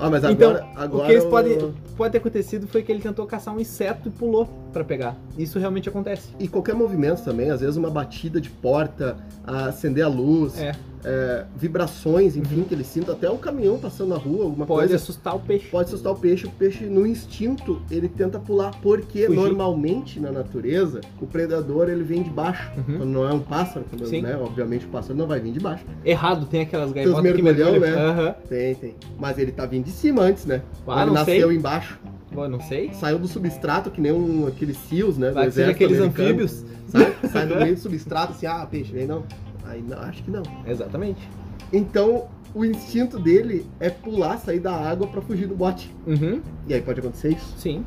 [SPEAKER 2] Ah, mas
[SPEAKER 1] Então,
[SPEAKER 2] agora. agora
[SPEAKER 1] o que eles
[SPEAKER 2] eu-
[SPEAKER 1] podem. Pode ter acontecido foi que ele tentou caçar um inseto e pulou pra pegar. Isso realmente acontece.
[SPEAKER 2] E qualquer movimento também, às vezes uma batida de porta, a acender a luz,
[SPEAKER 1] É. Uhum.
[SPEAKER 2] é, vibrações, enfim, que ele sinta, até um caminhão passando na rua, alguma
[SPEAKER 1] Pode
[SPEAKER 2] coisa.
[SPEAKER 1] assustar o peixe.
[SPEAKER 2] é. Pode assustar o peixe, o peixe no instinto ele tenta pular, porque
[SPEAKER 1] Fugir.
[SPEAKER 2] normalmente na natureza o predador ele vem de baixo.
[SPEAKER 1] Uhum.
[SPEAKER 2] Quando não é um pássaro, quando,
[SPEAKER 1] Sim.
[SPEAKER 2] né? Obviamente o pássaro não vai vir de baixo.
[SPEAKER 1] Errado, tem aquelas
[SPEAKER 2] os
[SPEAKER 1] gaivotas que
[SPEAKER 2] mergulhão,
[SPEAKER 1] mergulham.
[SPEAKER 2] né?
[SPEAKER 1] Aham.
[SPEAKER 2] Tem, tem. Mas ele tá vindo de cima antes, né?
[SPEAKER 1] Ah,
[SPEAKER 2] ele
[SPEAKER 1] não
[SPEAKER 2] nasceu
[SPEAKER 1] sei.
[SPEAKER 2] embaixo,
[SPEAKER 1] Bom, não sei.
[SPEAKER 2] saiu do substrato, que nem um, aqueles seals, né?
[SPEAKER 1] Vai
[SPEAKER 2] do
[SPEAKER 1] que seja
[SPEAKER 2] exército
[SPEAKER 1] aqueles
[SPEAKER 2] americano.
[SPEAKER 1] anfíbios.
[SPEAKER 2] Sai,
[SPEAKER 1] [laughs]
[SPEAKER 2] sai do meio do substrato assim, ah, peixe, vem não. Aí não, acho que não.
[SPEAKER 1] Exatamente.
[SPEAKER 2] Então o instinto dele é pular, sair da água pra fugir do bote.
[SPEAKER 1] Uhum,
[SPEAKER 2] E aí pode acontecer isso.
[SPEAKER 1] sim.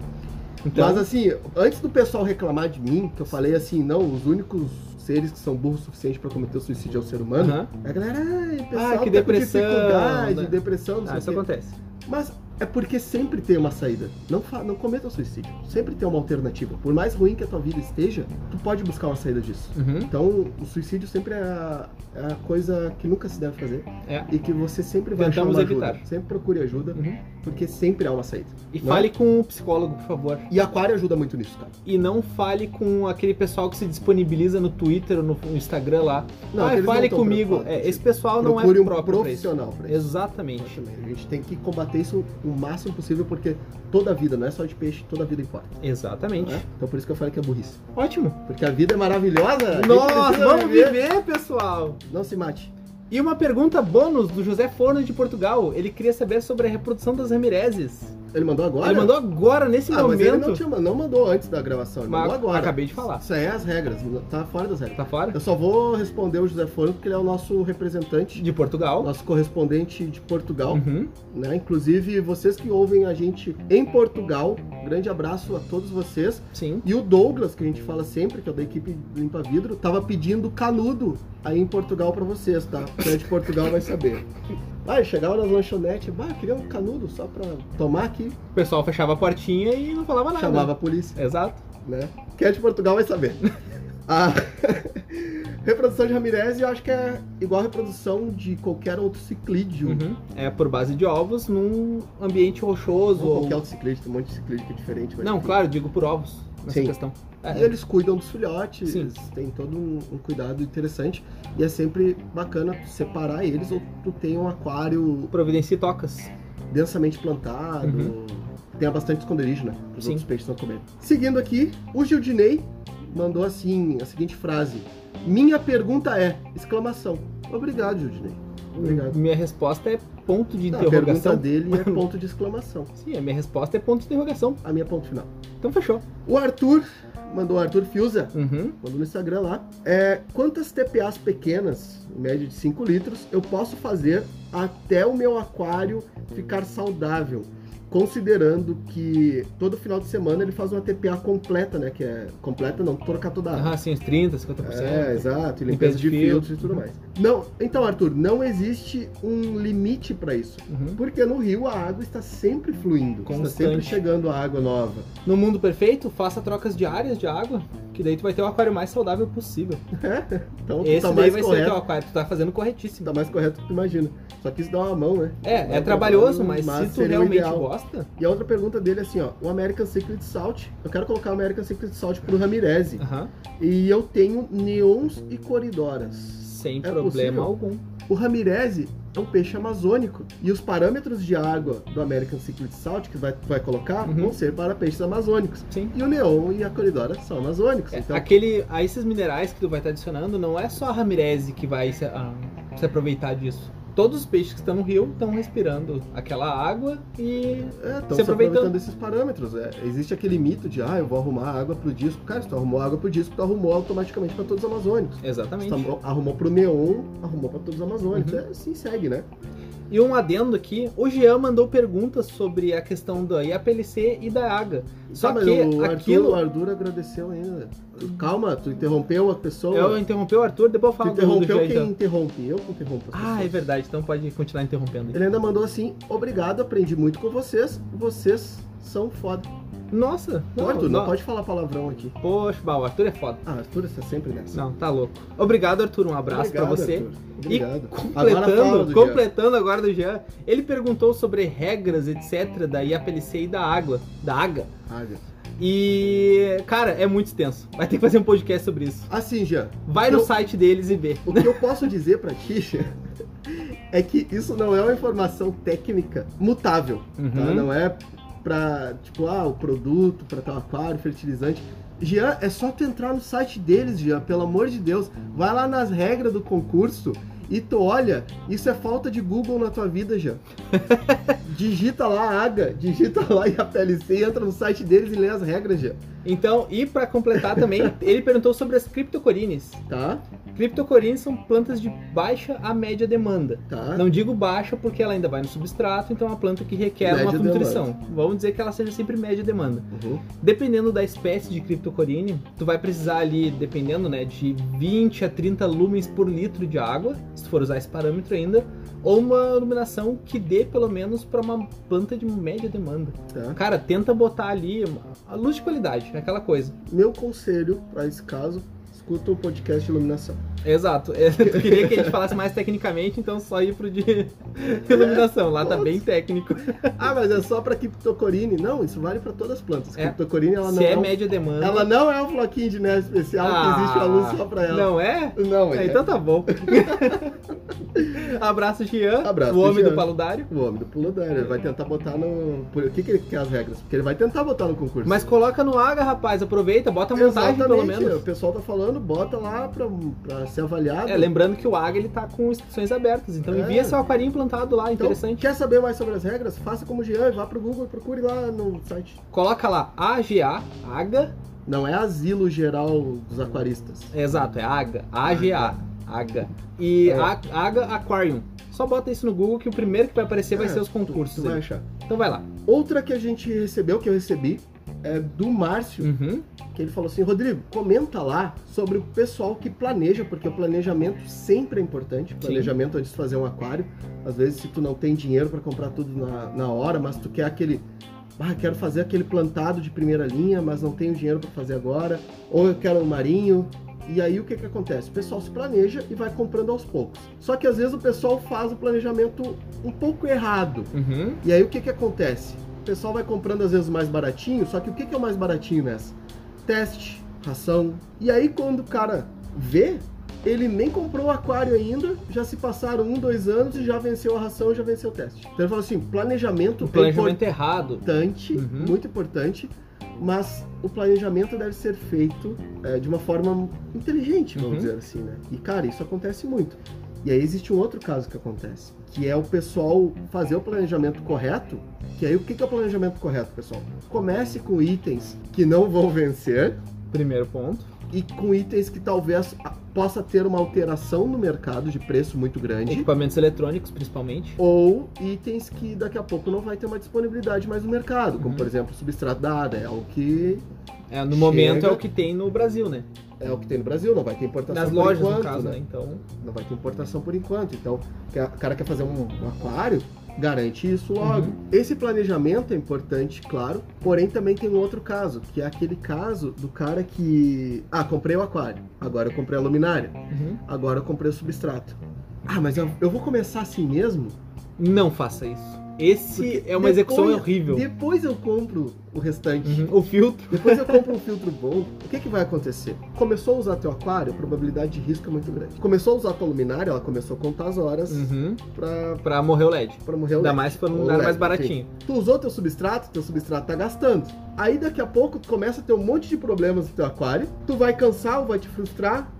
[SPEAKER 1] Então,
[SPEAKER 2] Mas assim, antes do pessoal reclamar de mim, que eu falei assim, não, os únicos seres que são burros o suficiente pra cometer o suicídio é o ser humano,
[SPEAKER 1] aham.
[SPEAKER 2] a galera, ai, o pessoal
[SPEAKER 1] Ah, que
[SPEAKER 2] tá
[SPEAKER 1] depressão,
[SPEAKER 2] com dificuldade,
[SPEAKER 1] né?
[SPEAKER 2] depressão, não
[SPEAKER 1] Ah, isso
[SPEAKER 2] sei o quê.
[SPEAKER 1] acontece.
[SPEAKER 2] Mas é porque sempre tem uma saída. Não, fa- não cometa o suicídio. Sempre tem uma alternativa. Por mais ruim que a tua vida esteja, tu pode buscar uma saída disso.
[SPEAKER 1] Uhum.
[SPEAKER 2] Então, o suicídio sempre é a, é a coisa que nunca se deve fazer
[SPEAKER 1] É.
[SPEAKER 2] e que você sempre vai
[SPEAKER 1] Tentamos
[SPEAKER 2] achar uma
[SPEAKER 1] evitar.
[SPEAKER 2] ajuda. Sempre procure ajuda,
[SPEAKER 1] Uhum.
[SPEAKER 2] porque sempre há uma saída.
[SPEAKER 1] E
[SPEAKER 2] Não é?
[SPEAKER 1] fale com o psicólogo, por favor.
[SPEAKER 2] E aquário ajuda muito nisso, cara.
[SPEAKER 1] E não fale com aquele pessoal que se disponibiliza no Twitter ou no no Instagram lá.
[SPEAKER 2] Não,
[SPEAKER 1] ah,
[SPEAKER 2] eles não
[SPEAKER 1] fale
[SPEAKER 2] tão
[SPEAKER 1] comigo.
[SPEAKER 2] preocupados
[SPEAKER 1] É,
[SPEAKER 2] contigo.
[SPEAKER 1] esse pessoal não
[SPEAKER 2] Procure
[SPEAKER 1] é
[SPEAKER 2] um
[SPEAKER 1] próprio pra isso.
[SPEAKER 2] profissional pra isso.
[SPEAKER 1] Exatamente.
[SPEAKER 2] Exatamente. A gente tem que combater isso o máximo possível, porque toda a vida, não é só de peixe, toda a vida importa.
[SPEAKER 1] Exatamente.
[SPEAKER 2] né? Então por isso que eu falei que é burrice.
[SPEAKER 1] Ótimo.
[SPEAKER 2] Porque a vida é maravilhosa. a gente
[SPEAKER 1] Nossa,
[SPEAKER 2] precisa
[SPEAKER 1] vamos viver, pessoal.
[SPEAKER 2] Não se mate.
[SPEAKER 1] E uma pergunta bônus do José Forno de Portugal. Ele queria saber sobre a reprodução das remireses.
[SPEAKER 2] Ele mandou agora?
[SPEAKER 1] Ele mandou agora, nesse
[SPEAKER 2] ah, mas ele não,
[SPEAKER 1] momento.
[SPEAKER 2] tinha, mandado- não mandou antes da gravação, ele
[SPEAKER 1] Mas
[SPEAKER 2] mandou agora.
[SPEAKER 1] acabei de falar.
[SPEAKER 2] Isso aí é as regras, tá fora das regras.
[SPEAKER 1] Tá fora?
[SPEAKER 2] Eu só vou responder o José Forno, porque ele é o nosso representante,
[SPEAKER 1] De Portugal.
[SPEAKER 2] nosso correspondente de Portugal.
[SPEAKER 1] Uhum.
[SPEAKER 2] né? Inclusive, vocês que ouvem a gente em Portugal, grande abraço a todos vocês.
[SPEAKER 1] Sim.
[SPEAKER 2] E o Douglas, que a gente fala sempre, que é da equipe do Limpa Vidro, tava pedindo canudo aí em Portugal pra vocês, tá? Quem é de Portugal vai saber. Ah, eu chegava nas lanchonetes, bah, eu queria um canudo só pra tomar aqui.
[SPEAKER 1] O pessoal fechava a portinha e não falava nada.
[SPEAKER 2] Chamava a polícia,
[SPEAKER 1] Exato.
[SPEAKER 2] né? Quem é de Portugal vai saber. [laughs] A reprodução de Ramirez, eu acho que é igual a reprodução de qualquer outro ciclídeo.
[SPEAKER 1] Uhum. É por base de ovos num ambiente rochoso.
[SPEAKER 2] Ou
[SPEAKER 1] Ou...
[SPEAKER 2] qualquer outro ciclídeo, tem um monte de ciclídeo que é diferente. mas
[SPEAKER 1] Não,
[SPEAKER 2] enfim.
[SPEAKER 1] claro, digo por ovos nessa
[SPEAKER 2] Sim.
[SPEAKER 1] questão. É,
[SPEAKER 2] E eles cuidam dos filhotes,
[SPEAKER 1] Sim.
[SPEAKER 2] tem todo um, um cuidado interessante. E é sempre bacana tu separar eles ou tu tem um aquário
[SPEAKER 1] Providencie tocas.
[SPEAKER 2] É, densamente plantado.
[SPEAKER 1] Uhum.
[SPEAKER 2] Tenha bastante esconderijo, né? Os
[SPEAKER 1] Sim.
[SPEAKER 2] outros peixes não comerem. Seguindo aqui, o Gildinei mandou assim a seguinte frase: Minha pergunta é! Exclamação. Obrigado, Gildinei. Obrigado.
[SPEAKER 1] Hum, Minha resposta é ponto de
[SPEAKER 2] Não, a pergunta
[SPEAKER 1] interrogação.
[SPEAKER 2] dele
[SPEAKER 1] [laughs]
[SPEAKER 2] é ponto de exclamação.
[SPEAKER 1] Sim, a minha resposta é ponto de interrogação.
[SPEAKER 2] A minha é ponto final.
[SPEAKER 1] Então fechou.
[SPEAKER 2] O Arthur mandou Arthur Fiuza.
[SPEAKER 1] Uhum.
[SPEAKER 2] Mandou no Instagram lá. É, quantas TPAs pequenas, em média de 5 litros, eu posso fazer até o meu aquário ficar saudável? Considerando que todo final de semana ele faz uma TPA completa, né? Que é completa, não, trocar toda a água.
[SPEAKER 1] Ah, sim, uns 30, 50%.
[SPEAKER 2] É, exato, e limpeza de filtros e tudo mais. Não, então, Arthur, não existe um limite para isso.
[SPEAKER 1] Uhum.
[SPEAKER 2] Porque no rio a água está sempre fluindo,
[SPEAKER 1] Constante.
[SPEAKER 2] está sempre chegando a água nova.
[SPEAKER 1] No mundo perfeito, faça trocas diárias de água, que daí tu vai ter o aquário mais saudável possível.
[SPEAKER 2] Então,
[SPEAKER 1] Esse
[SPEAKER 2] tá
[SPEAKER 1] daí
[SPEAKER 2] mais
[SPEAKER 1] vai ser o
[SPEAKER 2] correto.
[SPEAKER 1] teu aquário, tu tá fazendo corretíssimo.
[SPEAKER 2] Tá mais correto do que tu imagina. Só que isso dá uma mão, né?
[SPEAKER 1] É, é
[SPEAKER 2] Mas
[SPEAKER 1] trabalhoso, mas,
[SPEAKER 2] trabalho, mas
[SPEAKER 1] se tu
[SPEAKER 2] seria o
[SPEAKER 1] realmente
[SPEAKER 2] ideal.
[SPEAKER 1] gosta.
[SPEAKER 2] E a outra pergunta dele é assim, ó. O American Secret Salt. Eu quero colocar o American Secret Salt pro Ramirez.
[SPEAKER 1] Aham.
[SPEAKER 2] E eu tenho neons e coridoras.
[SPEAKER 1] Sem
[SPEAKER 2] É
[SPEAKER 1] problema
[SPEAKER 2] possível?
[SPEAKER 1] algum.
[SPEAKER 2] O Ramirez é um peixe amazônico. E os parâmetros de água do American Secret Salt que vai, vai colocar
[SPEAKER 1] Uhum.
[SPEAKER 2] vão ser para peixes amazônicos.
[SPEAKER 1] Sim.
[SPEAKER 2] E o neon e a coridora são amazônicos.
[SPEAKER 1] É,
[SPEAKER 2] então,
[SPEAKER 1] Aquele, a esses minerais que tu vai estar adicionando, não é só a Ramirez que vai se, ah, se aproveitar disso. todos os peixes que estão no rio estão respirando aquela água e
[SPEAKER 2] É, estão
[SPEAKER 1] Se
[SPEAKER 2] se
[SPEAKER 1] aproveitando.
[SPEAKER 2] aproveitando. desses parâmetros. É, existe aquele mito de, ah, eu vou arrumar água pro disco. Cara, se tu arrumou água pro disco, tu arrumou automaticamente para todos os amazônicos. Se
[SPEAKER 1] exatamente.
[SPEAKER 2] tu arrumou- arrumou pro neon, arrumou para todos os amazônicos.
[SPEAKER 1] Uhum.
[SPEAKER 2] É, assim segue, né?
[SPEAKER 1] E um adendo aqui, o Jean mandou perguntas sobre a questão da IAPLC e da AGA. Só
[SPEAKER 2] Ah, mas
[SPEAKER 1] que
[SPEAKER 2] o Arthur, o
[SPEAKER 1] aquilo.
[SPEAKER 2] Arthur agradeceu ainda. Calma, tu interrompeu a pessoa.
[SPEAKER 1] Eu interrompi É o Arthur, depois eu
[SPEAKER 2] tu
[SPEAKER 1] falo do- do
[SPEAKER 2] interrompeu
[SPEAKER 1] Jean
[SPEAKER 2] quem
[SPEAKER 1] então.
[SPEAKER 2] interrompe. Eu que interrompo as
[SPEAKER 1] Ah, é
[SPEAKER 2] pessoas.
[SPEAKER 1] verdade, então pode continuar interrompendo. aí.
[SPEAKER 2] Ele ainda mandou assim, obrigado, aprendi muito com vocês. Vocês são foda.
[SPEAKER 1] Nossa,
[SPEAKER 2] Não,
[SPEAKER 1] não,
[SPEAKER 2] Arthur, não,
[SPEAKER 1] não.
[SPEAKER 2] pode falar palavrão aqui.
[SPEAKER 1] Poxa, bah, o Arthur é foda.
[SPEAKER 2] Ah, Arthur está sempre nessa.
[SPEAKER 1] Não, tá louco. Obrigado, Arthur. Um abraço pra
[SPEAKER 2] Obrigado,
[SPEAKER 1] você.
[SPEAKER 2] Arthur. Obrigado. Agora fala
[SPEAKER 1] Completando,
[SPEAKER 2] do
[SPEAKER 1] completando agora do Jean, ele perguntou sobre regras, etc., da IAPLC e da água, da AGA.
[SPEAKER 2] Jean. Ah, Jean.
[SPEAKER 1] E, cara, é muito extenso. Vai ter que fazer um podcast sobre isso.
[SPEAKER 2] Assim, Jean,
[SPEAKER 1] Vai no
[SPEAKER 2] Eu-
[SPEAKER 1] site deles e vê.
[SPEAKER 2] o que eu posso dizer pra ti, Jean, [laughs] é que isso não é uma informação técnica mutável. tá?
[SPEAKER 1] Uhum.
[SPEAKER 2] Não é pra, tipo, ah, o produto, pra tal aquário, fertilizante. Jean, é só tu entrar no site deles, Jean, pelo amor de Deus. Vai lá nas regras do concurso e tu olha, isso é falta de Google na tua vida,
[SPEAKER 1] [laughs]
[SPEAKER 2] Jean. digita lá a AGA, digita lá e a PLC, entra no site deles e lê as regras, Jean,
[SPEAKER 1] Então, e pra completar também, [laughs] ele perguntou sobre as criptocorines.
[SPEAKER 2] tá?
[SPEAKER 1] Criptocorines são plantas de baixa a média demanda.
[SPEAKER 2] Tá?
[SPEAKER 1] Não digo baixa porque ela ainda vai no substrato, então é uma planta que requer
[SPEAKER 2] Média
[SPEAKER 1] uma nutrição. Vamos dizer que ela seja sempre média demanda.
[SPEAKER 2] Uhum.
[SPEAKER 1] Dependendo da espécie de criptocorine, tu vai precisar ali, dependendo, né, de 20 a 30 lumens por litro de água, se tu for usar esse parâmetro ainda, ou uma iluminação que dê pelo menos para uma planta de média demanda.
[SPEAKER 2] Tá?
[SPEAKER 1] Cara, tenta botar ali a luz de qualidade, aquela coisa.
[SPEAKER 2] Meu conselho pra esse caso, escuta o podcast
[SPEAKER 1] [laughs]
[SPEAKER 2] de iluminação.
[SPEAKER 1] Exato. É, tu queria que a gente falasse mais tecnicamente, então só ir pro de [laughs] iluminação. Lá tá bem técnico.
[SPEAKER 2] Ah, mas é só pra criptocorine. Não, isso vale pra todas as plantas.
[SPEAKER 1] É.
[SPEAKER 2] Criptocorine, ela não
[SPEAKER 1] Se é
[SPEAKER 2] um-
[SPEAKER 1] média demanda.
[SPEAKER 2] Ela não é um floquinho de neve especial
[SPEAKER 1] Ah,
[SPEAKER 2] que existe uma luz só pra ela.
[SPEAKER 1] Não é?
[SPEAKER 2] Não,
[SPEAKER 1] É,
[SPEAKER 2] é.
[SPEAKER 1] então tá bom. [laughs] Abraço, Jean.
[SPEAKER 2] Abraço,
[SPEAKER 1] o homem
[SPEAKER 2] Jean.
[SPEAKER 1] do paludário.
[SPEAKER 2] O homem do pulo dano, ele vai tentar botar no. Por que, que ele quer as regras? Porque ele vai tentar botar no concurso.
[SPEAKER 1] Mas coloca no Aga, rapaz. Aproveita, bota a montagem pelo
[SPEAKER 2] Exatamente,
[SPEAKER 1] menos.
[SPEAKER 2] O pessoal tá falando, bota lá pra, pra ser avaliado.
[SPEAKER 1] É, lembrando que o Aga ele tá com inscrições abertas, então
[SPEAKER 2] É.
[SPEAKER 1] envia seu aquarinho plantado lá,
[SPEAKER 2] Então,
[SPEAKER 1] interessante.
[SPEAKER 2] quer saber mais sobre as regras? Faça como o Jean, vá pro Google e procure lá no site.
[SPEAKER 1] Coloca lá AGA, AGA,
[SPEAKER 2] Não é asilo geral dos aquaristas.
[SPEAKER 1] exato, é AGA, AGA, AGA. E
[SPEAKER 2] É.
[SPEAKER 1] A- AGA Aquarium. Só bota isso no Google que o primeiro que vai aparecer vai
[SPEAKER 2] É,
[SPEAKER 1] ser os
[SPEAKER 2] Tu
[SPEAKER 1] concursos.
[SPEAKER 2] vai
[SPEAKER 1] aí.
[SPEAKER 2] achar.
[SPEAKER 1] Então vai lá.
[SPEAKER 2] Outra que a gente recebeu, que eu recebi, é do Márcio.
[SPEAKER 1] Uhum.
[SPEAKER 2] que ele falou assim, Rodrigo, comenta lá sobre o pessoal que planeja, porque o planejamento sempre é importante, planejamento antes de fazer um aquário. Às vezes, se tu não tem dinheiro para comprar tudo na, na hora, mas tu quer aquele, ah, quero fazer aquele plantado de primeira linha, mas não tenho dinheiro para fazer agora, ou eu quero um marinho. E aí o que que acontece? O pessoal se planeja e vai comprando aos poucos. Só que às vezes o pessoal faz o planejamento um pouco errado.
[SPEAKER 1] Uhum.
[SPEAKER 2] E aí o que que acontece? O pessoal vai comprando às vezes o mais baratinho, só que o que que é o mais baratinho nessa? Teste, ração. E aí quando o cara vê, ele nem comprou o aquário ainda, já se passaram um, dois anos e já venceu a ração, já venceu o teste. Então ele fala assim, planejamento,
[SPEAKER 1] O
[SPEAKER 2] planejamento...
[SPEAKER 1] planejamento errado.
[SPEAKER 2] é importante,
[SPEAKER 1] Uhum.
[SPEAKER 2] muito importante, mas o planejamento deve ser feito é, de uma forma inteligente, vamos
[SPEAKER 1] Uhum.
[SPEAKER 2] dizer assim, né? E cara, isso acontece muito. E aí existe um outro caso que acontece, que é o pessoal fazer o planejamento correto. Que aí o que que é o planejamento correto, pessoal? Comece com itens que não vão vencer
[SPEAKER 1] Primeiro ponto.
[SPEAKER 2] e com itens que talvez a- possa ter uma alteração no mercado de preço muito grande.
[SPEAKER 1] Equipamentos eletrônicos, principalmente.
[SPEAKER 2] Ou itens que daqui a pouco não vai ter uma disponibilidade mais no mercado, como
[SPEAKER 1] Uhum.
[SPEAKER 2] por exemplo substrato da área, é algo que
[SPEAKER 1] É, no momento é
[SPEAKER 2] Chega.
[SPEAKER 1] o que tem no Brasil, né?
[SPEAKER 2] é o que tem no Brasil, não vai ter importação
[SPEAKER 1] Nas
[SPEAKER 2] por
[SPEAKER 1] lojas,
[SPEAKER 2] enquanto,
[SPEAKER 1] no caso, né? Então.
[SPEAKER 2] Não vai ter importação por enquanto. Então, que a- o cara quer fazer um, um aquário, garante isso logo.
[SPEAKER 1] Uhum.
[SPEAKER 2] Esse planejamento é importante, claro. Porém, também tem um outro caso, que é aquele caso do cara que. Ah, comprei o aquário. Agora eu comprei a luminária.
[SPEAKER 1] uhum.
[SPEAKER 2] Agora eu comprei o substrato. Ah, mas eu, eu vou começar assim mesmo?
[SPEAKER 1] Não faça isso. Esse
[SPEAKER 2] Porque
[SPEAKER 1] é uma execução
[SPEAKER 2] depois-
[SPEAKER 1] horrível.
[SPEAKER 2] Depois eu compro o restante.
[SPEAKER 1] Uhum. O filtro.
[SPEAKER 2] Depois eu compro um filtro bom, o que, que vai acontecer? Começou a usar teu aquário, a probabilidade de risco é muito grande. Começou a usar tua luminária, ela começou a contar as horas
[SPEAKER 1] Uhum.
[SPEAKER 2] pra,
[SPEAKER 1] Pra morrer o LED.
[SPEAKER 2] pra morrer o
[SPEAKER 1] Ainda
[SPEAKER 2] leite.
[SPEAKER 1] mais se for
[SPEAKER 2] O
[SPEAKER 1] num lugar
[SPEAKER 2] LED,
[SPEAKER 1] mais baratinho.
[SPEAKER 2] Tu usou teu substrato, teu substrato tá gastando. Aí daqui a pouco tu começa a ter um monte de problemas no teu aquário, tu vai cansar, vai te frustrar,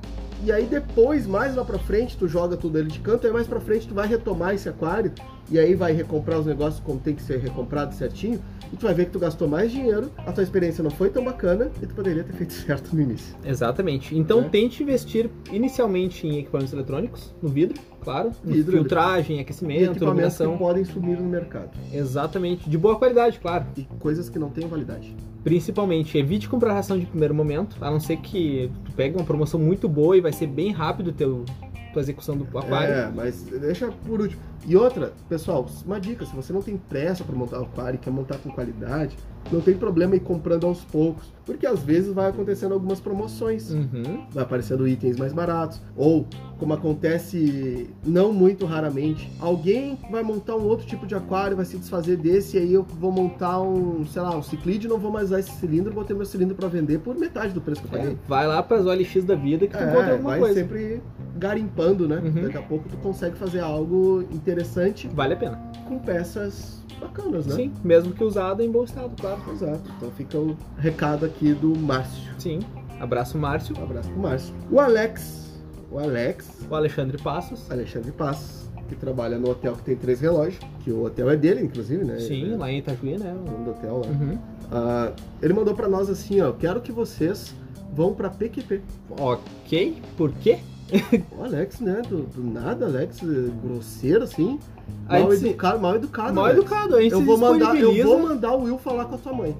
[SPEAKER 2] E aí depois, mais lá pra frente, tu joga tudo ele de canto, aí mais pra frente tu vai retomar esse aquário, e aí vai recomprar os negócios como tem que ser recomprado certinho, e tu vai ver que tu gastou mais dinheiro, a tua experiência não foi tão bacana, e tu poderia ter feito [laughs] certo no início.
[SPEAKER 1] Exatamente. Então
[SPEAKER 2] É.
[SPEAKER 1] tente investir inicialmente em equipamentos eletrônicos, no vidro, claro. no
[SPEAKER 2] Vidro,
[SPEAKER 1] filtragem,
[SPEAKER 2] E
[SPEAKER 1] aquecimento,
[SPEAKER 2] equipamentos que
[SPEAKER 1] iluminação.
[SPEAKER 2] podem sumir no mercado.
[SPEAKER 1] Exatamente. De boa qualidade, claro.
[SPEAKER 2] E coisas que não têm validade.
[SPEAKER 1] Principalmente, evite comprar ração de primeiro momento, a não ser que tu pegue uma promoção muito boa e vai ser bem rápido teu tua execução do aquário.
[SPEAKER 2] É, mas deixa por último. E outra, pessoal, uma dica, se você não tem pressa para montar o aquário e quer montar com qualidade, não tem problema ir comprando aos poucos, porque às vezes vai acontecendo algumas promoções.
[SPEAKER 1] Uhum.
[SPEAKER 2] vai aparecendo itens mais baratos, ou como acontece não muito raramente, alguém vai montar um outro tipo de aquário, vai se desfazer desse, e aí eu vou montar um, sei lá, um ciclide, não vou mais usar esse cilindro, botei meu cilindro para vender por metade do preço que eu
[SPEAKER 1] É,
[SPEAKER 2] paguei.
[SPEAKER 1] vai lá para as OLX da vida que tu encontra
[SPEAKER 2] É,
[SPEAKER 1] alguma
[SPEAKER 2] vai
[SPEAKER 1] coisa.
[SPEAKER 2] sempre garimpando, né?
[SPEAKER 1] Uhum.
[SPEAKER 2] Daqui a pouco tu consegue fazer algo interessante
[SPEAKER 1] Vale a pena.
[SPEAKER 2] com peças bacanas, né?
[SPEAKER 1] Sim, mesmo que usada em bom estado, claro.
[SPEAKER 2] Exato. Então fica o recado aqui do Márcio.
[SPEAKER 1] Sim. Abraço Márcio,
[SPEAKER 2] Um abraço pro Márcio. O Alex. O Alex
[SPEAKER 1] o Alexandre Passos.
[SPEAKER 2] Alexandre Passos, que trabalha no hotel que tem três relógios, que o hotel é dele, inclusive, né?
[SPEAKER 1] Sim,
[SPEAKER 2] É
[SPEAKER 1] lá em Itajuí, né?
[SPEAKER 2] o nome do hotel lá.
[SPEAKER 1] Uhum.
[SPEAKER 2] Ah, ele mandou pra nós assim, ó, quero que vocês vão pra PQP.
[SPEAKER 1] Ok, por quê?
[SPEAKER 2] O Alex, né, do, do nada, Alex, eh, grosseiro assim,
[SPEAKER 1] Aí
[SPEAKER 2] mal
[SPEAKER 1] disse-
[SPEAKER 2] educado, mal educado.
[SPEAKER 1] Mal
[SPEAKER 2] Alex.
[SPEAKER 1] educado, a gente
[SPEAKER 2] Eu
[SPEAKER 1] se
[SPEAKER 2] vou, mandar, eu
[SPEAKER 1] disponibiliza.
[SPEAKER 2] vou mandar o Will falar com a sua mãe.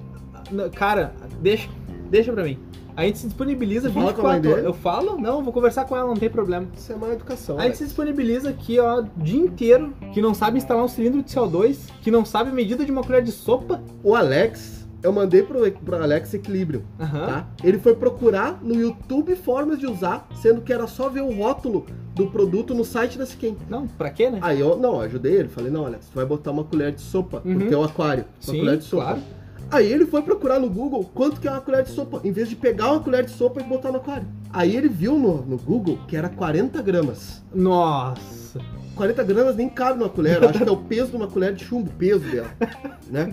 [SPEAKER 1] Não, Cara, deixa, deixa pra mim. A gente se disponibiliza
[SPEAKER 2] Fala com a mãe
[SPEAKER 1] 24 horas.
[SPEAKER 2] dele.
[SPEAKER 1] Eu falo? Não, vou conversar com ela, não tem problema.
[SPEAKER 2] Isso é má educação.
[SPEAKER 1] A gente
[SPEAKER 2] Alex.
[SPEAKER 1] se disponibiliza aqui, ó, o dia inteiro, que não sabe instalar um cilindro de CO2, que não sabe a medida de uma colher de sopa.
[SPEAKER 2] O Alex, eu mandei pro, pro Alex Equilíbrio,
[SPEAKER 1] Aham.
[SPEAKER 2] tá? Ele foi procurar no YouTube formas de usar, sendo que era só ver o rótulo do produto no site da Siquem.
[SPEAKER 1] Não, pra quê, né?
[SPEAKER 2] Aí eu, não, eu ajudei ele, falei, não, Alex, tu vai botar uma colher de sopa
[SPEAKER 1] Uhum.
[SPEAKER 2] pro teu aquário. Uma
[SPEAKER 1] Sim,
[SPEAKER 2] colher de sopa.
[SPEAKER 1] claro.
[SPEAKER 2] Aí ele foi procurar no Google quanto que é uma colher de sopa, em vez de pegar uma colher de sopa e botar no aquário. Aí ele viu no, no Google que era 40 gramas.
[SPEAKER 1] Nossa.
[SPEAKER 2] 40 gramas nem cabe numa colher, eu acho que é
[SPEAKER 1] [laughs]
[SPEAKER 2] o peso de uma colher de chumbo, o peso dela, né?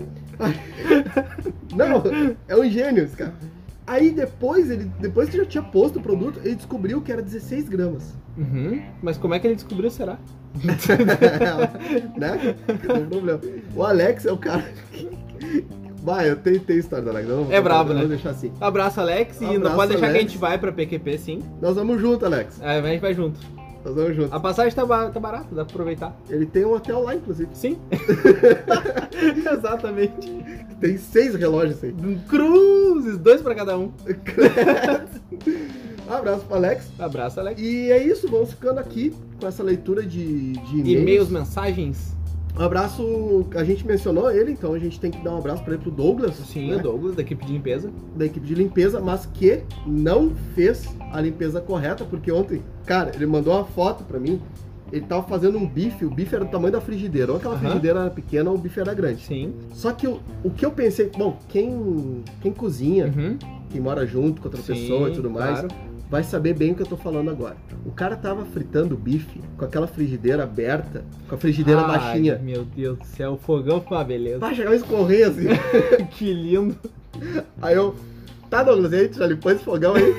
[SPEAKER 2] [laughs] Não, é um gênio esse cara. Aí depois, ele, depois que já tinha posto o produto, ele descobriu que era 16 gramas. [laughs]
[SPEAKER 1] Uhum. Mas como é que ele descobriu, será?
[SPEAKER 2] né? Não tem problema. O Alex é o cara. que- Vai, eu tenho, tenho história do Alex. eu não vou
[SPEAKER 1] É
[SPEAKER 2] contar,
[SPEAKER 1] bravo,
[SPEAKER 2] eu
[SPEAKER 1] né?
[SPEAKER 2] Vou deixar assim.
[SPEAKER 1] Abraço, Alex. e não
[SPEAKER 2] Abraço,
[SPEAKER 1] pode deixar que a
[SPEAKER 2] Alex.
[SPEAKER 1] gente vai pra PQP, sim.
[SPEAKER 2] Nós vamos junto, Alex.
[SPEAKER 1] Aí a gente vai junto.
[SPEAKER 2] Nós vamos junto.
[SPEAKER 1] A passagem tá, ba- tá barata, dá pra aproveitar.
[SPEAKER 2] Ele tem um hotel lá, inclusive. [laughs]
[SPEAKER 1] Sim. Exatamente.
[SPEAKER 2] que Tem seis relógios aí.
[SPEAKER 1] Cruzes, dois pra cada um.
[SPEAKER 2] Um Abraço pro Alex.
[SPEAKER 1] Abraço, Alex.
[SPEAKER 2] E é isso, vamos ficando aqui com essa leitura de, de
[SPEAKER 1] E-mails, né?
[SPEAKER 2] e-mails.
[SPEAKER 1] mensagens?
[SPEAKER 2] Um abraço, a gente mencionou ele, então a gente tem que dar um abraço pra ele pro Douglas.
[SPEAKER 1] Sim,
[SPEAKER 2] né?
[SPEAKER 1] o Douglas, da equipe de limpeza.
[SPEAKER 2] da equipe de limpeza, mas que não fez a limpeza correta, porque ontem, cara, ele mandou uma foto pra mim. Ele tava fazendo um bife, o bife era do tamanho da frigideira. Ou aquela
[SPEAKER 1] Aham.
[SPEAKER 2] frigideira era pequena ou o bife era grande.
[SPEAKER 1] Sim.
[SPEAKER 2] Só que o, o que eu pensei, bom, quem, quem cozinha,
[SPEAKER 1] Uhum.
[SPEAKER 2] quem mora junto com outra
[SPEAKER 1] Sim,
[SPEAKER 2] pessoa e tudo mais,
[SPEAKER 1] claro.
[SPEAKER 2] vai saber bem o que eu tô falando agora. O cara tava fritando o bife com aquela frigideira aberta, com a frigideira
[SPEAKER 1] Ai,
[SPEAKER 2] baixinha.
[SPEAKER 1] Meu Deus do céu, o fogão foi uma
[SPEAKER 2] [laughs]
[SPEAKER 1] beleza.
[SPEAKER 2] Vai chegar a escorrer assim.
[SPEAKER 1] que lindo.
[SPEAKER 2] Aí eu, tá Douglas, aí tu já limpou esse fogão
[SPEAKER 1] [laughs]
[SPEAKER 2] aí?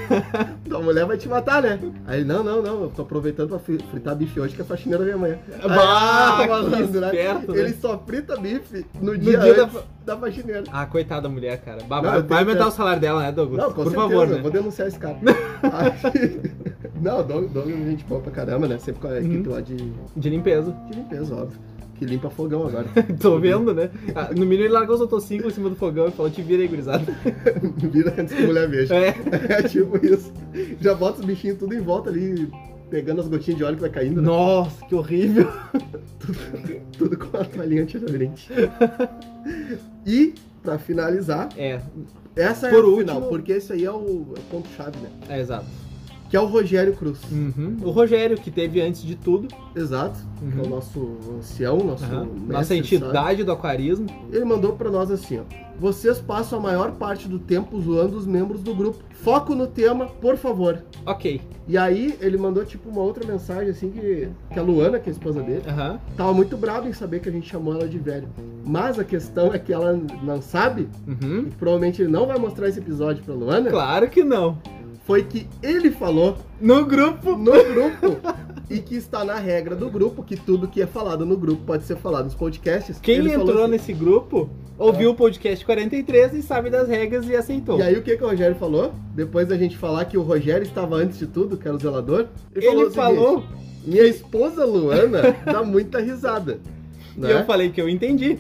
[SPEAKER 2] Tua mulher vai te matar, né? Aí ele, não, não, não, eu tô aproveitando pra fri- fritar bife hoje que a faxineira vem amanhã. Aí,
[SPEAKER 1] Bah, que
[SPEAKER 2] [laughs] malandro, né?
[SPEAKER 1] esperto, né?
[SPEAKER 2] Ele só frita bife no
[SPEAKER 1] No
[SPEAKER 2] dia,
[SPEAKER 1] dia da
[SPEAKER 2] antes da... faxineira.
[SPEAKER 1] Ah, coitada da mulher, cara. Bah,
[SPEAKER 2] Não,
[SPEAKER 1] vai
[SPEAKER 2] eu tenho
[SPEAKER 1] vai aumentar
[SPEAKER 2] que-
[SPEAKER 1] o salário dela, né, Douglas?
[SPEAKER 2] Não, com
[SPEAKER 1] Por
[SPEAKER 2] certeza,
[SPEAKER 1] favor,
[SPEAKER 2] eu
[SPEAKER 1] né?
[SPEAKER 2] vou denunciar esse
[SPEAKER 1] [laughs]
[SPEAKER 2] cara. Aí- [laughs] não, o Doug- Douglas é gente boa pra caramba, né? Sempre com a
[SPEAKER 1] Uhum.
[SPEAKER 2] equipe lá de, de
[SPEAKER 1] De limpeza. [laughs]
[SPEAKER 2] limpeza, óbvio. Que limpa fogão agora. [laughs]
[SPEAKER 1] Tô vendo, né? Ah, no mínimo ele largou os autocinco em cima do fogão e falou, te vira aí, gurizada. [laughs]
[SPEAKER 2] Vira antes que a mulher veja.
[SPEAKER 1] É.
[SPEAKER 2] [laughs] É tipo isso. Já bota os bichinhos tudo em volta ali, pegando as gotinhas de óleo que vai caindo, né?
[SPEAKER 1] Nossa, que horrível.
[SPEAKER 2] Tudo com a toalhinha antiaderente. e, pra finalizar,
[SPEAKER 1] É,
[SPEAKER 2] essa
[SPEAKER 1] Por
[SPEAKER 2] é o
[SPEAKER 1] último-
[SPEAKER 2] final, porque esse aí é o, é o ponto-chave, né?
[SPEAKER 1] é exato.
[SPEAKER 2] Que é o Rogério Cruz.
[SPEAKER 1] Uhum. O Rogério, que teve antes de tudo,
[SPEAKER 2] Exato. Que é o
[SPEAKER 1] Uhum.
[SPEAKER 2] nosso ancião, nosso
[SPEAKER 1] aham,
[SPEAKER 2] mestre,
[SPEAKER 1] nossa
[SPEAKER 2] sabe?
[SPEAKER 1] entidade do aquarismo.
[SPEAKER 2] Ele mandou pra nós assim, ó. Vocês passam a maior parte do tempo zoando os membros do grupo. Foco no tema, por favor.
[SPEAKER 1] Ok.
[SPEAKER 2] E aí, ele mandou, tipo, uma outra mensagem, assim, que, que a Luana, que é a esposa dele,
[SPEAKER 1] Aham.
[SPEAKER 2] Tava muito brava em saber que a gente chamou ela de velho. Mas a questão é que ela não sabe,
[SPEAKER 1] Uhum.
[SPEAKER 2] É. e provavelmente ele não vai mostrar esse episódio pra Luana.
[SPEAKER 1] Claro que não.
[SPEAKER 2] foi que ele falou
[SPEAKER 1] No grupo.
[SPEAKER 2] no grupo e que está na regra do grupo que tudo que é falado no grupo pode ser falado nos podcasts.
[SPEAKER 1] Quem
[SPEAKER 2] Ele falou
[SPEAKER 1] entrou
[SPEAKER 2] assim- É.
[SPEAKER 1] nesse grupo ouviu o podcast 43 e sabe das regras e aceitou.
[SPEAKER 2] E aí o que, que o Rogério falou? Depois da gente falar que o Rogério estava antes de tudo, que era o zelador.
[SPEAKER 1] ele falou,
[SPEAKER 2] o seguinte, minha esposa Luana dá muita risada.
[SPEAKER 1] e eu
[SPEAKER 2] Né?
[SPEAKER 1] falei que eu entendi.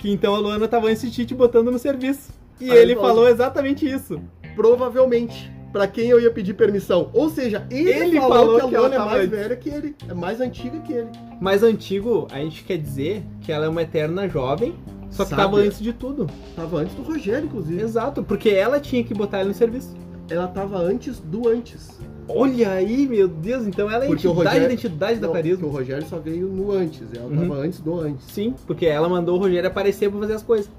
[SPEAKER 1] Que então a Luana tava antes de te botando no serviço. E
[SPEAKER 2] Aí
[SPEAKER 1] ele
[SPEAKER 2] falou-
[SPEAKER 1] falou exatamente isso.
[SPEAKER 2] Provavelmente. Pra quem eu ia pedir permissão. Ou seja, ele,
[SPEAKER 1] Ele
[SPEAKER 2] falou,
[SPEAKER 1] falou
[SPEAKER 2] que a
[SPEAKER 1] que ela
[SPEAKER 2] Luana é
[SPEAKER 1] tava
[SPEAKER 2] mais
[SPEAKER 1] antes.
[SPEAKER 2] velha que ele. É mais antiga que ele.
[SPEAKER 1] Mas antigo, a gente quer dizer que ela é uma eterna jovem, só que
[SPEAKER 2] Sábia.
[SPEAKER 1] tava antes de tudo.
[SPEAKER 2] Tava antes do Rogério, inclusive.
[SPEAKER 1] Exato, porque ela tinha que botar ele no serviço.
[SPEAKER 2] Ela tava antes do antes.
[SPEAKER 1] Olha aí, meu Deus, então ela é a
[SPEAKER 2] Porque o
[SPEAKER 1] entidade
[SPEAKER 2] Rogério-
[SPEAKER 1] da identidade
[SPEAKER 2] Não,
[SPEAKER 1] da
[SPEAKER 2] porque
[SPEAKER 1] carisma.
[SPEAKER 2] o Rogério só veio no antes. Ela
[SPEAKER 1] Uhum.
[SPEAKER 2] tava antes
[SPEAKER 1] [laughs]
[SPEAKER 2] do antes.
[SPEAKER 1] Sim, porque ela mandou o Rogério aparecer pra fazer as coisas.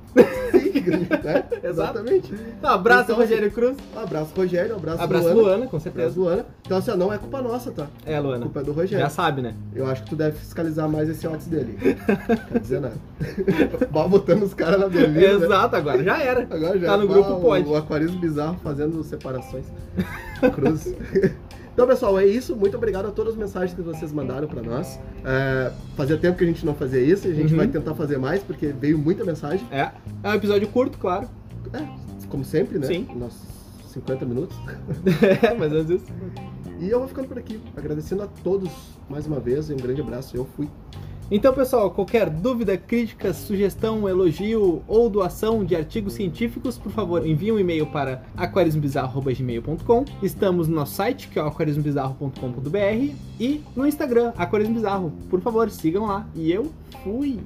[SPEAKER 2] Sim, [laughs]
[SPEAKER 1] [laughs]
[SPEAKER 2] né? Exatamente.
[SPEAKER 1] Um abraço,
[SPEAKER 2] Então,
[SPEAKER 1] Rogério Cruz.
[SPEAKER 2] Abraço, Rogério. Um Abraço,
[SPEAKER 1] Abraço,
[SPEAKER 2] Luana.
[SPEAKER 1] Luana. com certeza.
[SPEAKER 2] Abraço, Luana. Então, assim, ó, não é culpa nossa, tá?
[SPEAKER 1] É,
[SPEAKER 2] A
[SPEAKER 1] Luana.
[SPEAKER 2] culpa é do
[SPEAKER 1] Já
[SPEAKER 2] Rogério.
[SPEAKER 1] sabe, né?
[SPEAKER 2] Eu acho que tu deve fiscalizar mais esse ótis dele. Quer dizer nada. [laughs] Vai botando os
[SPEAKER 1] [laughs]
[SPEAKER 2] caras na beleza.
[SPEAKER 1] Exato, agora já era.
[SPEAKER 2] Agora já
[SPEAKER 1] Tá no
[SPEAKER 2] é
[SPEAKER 1] grupo,
[SPEAKER 2] o-
[SPEAKER 1] pode.
[SPEAKER 2] O aquarismo bizarro fazendo separações. [laughs] Cruzes. Então, pessoal, é isso. Muito obrigado a todas as mensagens que vocês mandaram pra nós. É, fazia tempo que a gente não fazia isso e a gente
[SPEAKER 1] Uhum.
[SPEAKER 2] vai tentar fazer mais, porque veio muita mensagem.
[SPEAKER 1] É. É um episódio curto, claro. [laughs]
[SPEAKER 2] É, como sempre, né?
[SPEAKER 1] Sim.
[SPEAKER 2] Nossos 50 minutos.
[SPEAKER 1] É, mas às vezes.
[SPEAKER 2] E eu vou ficando por aqui. Agradecendo a todos mais uma vez. Um grande abraço. Eu fui.
[SPEAKER 1] Então, pessoal, qualquer dúvida, crítica, sugestão, elogio ou doação de artigos científicos, por favor, envie um e-mail para aquarismobizarro.gmail.com. Estamos no nosso site, que é o aquarismobizarro.com.br, e no Instagram, aquarismobizarro. Por favor, sigam lá. E eu fui!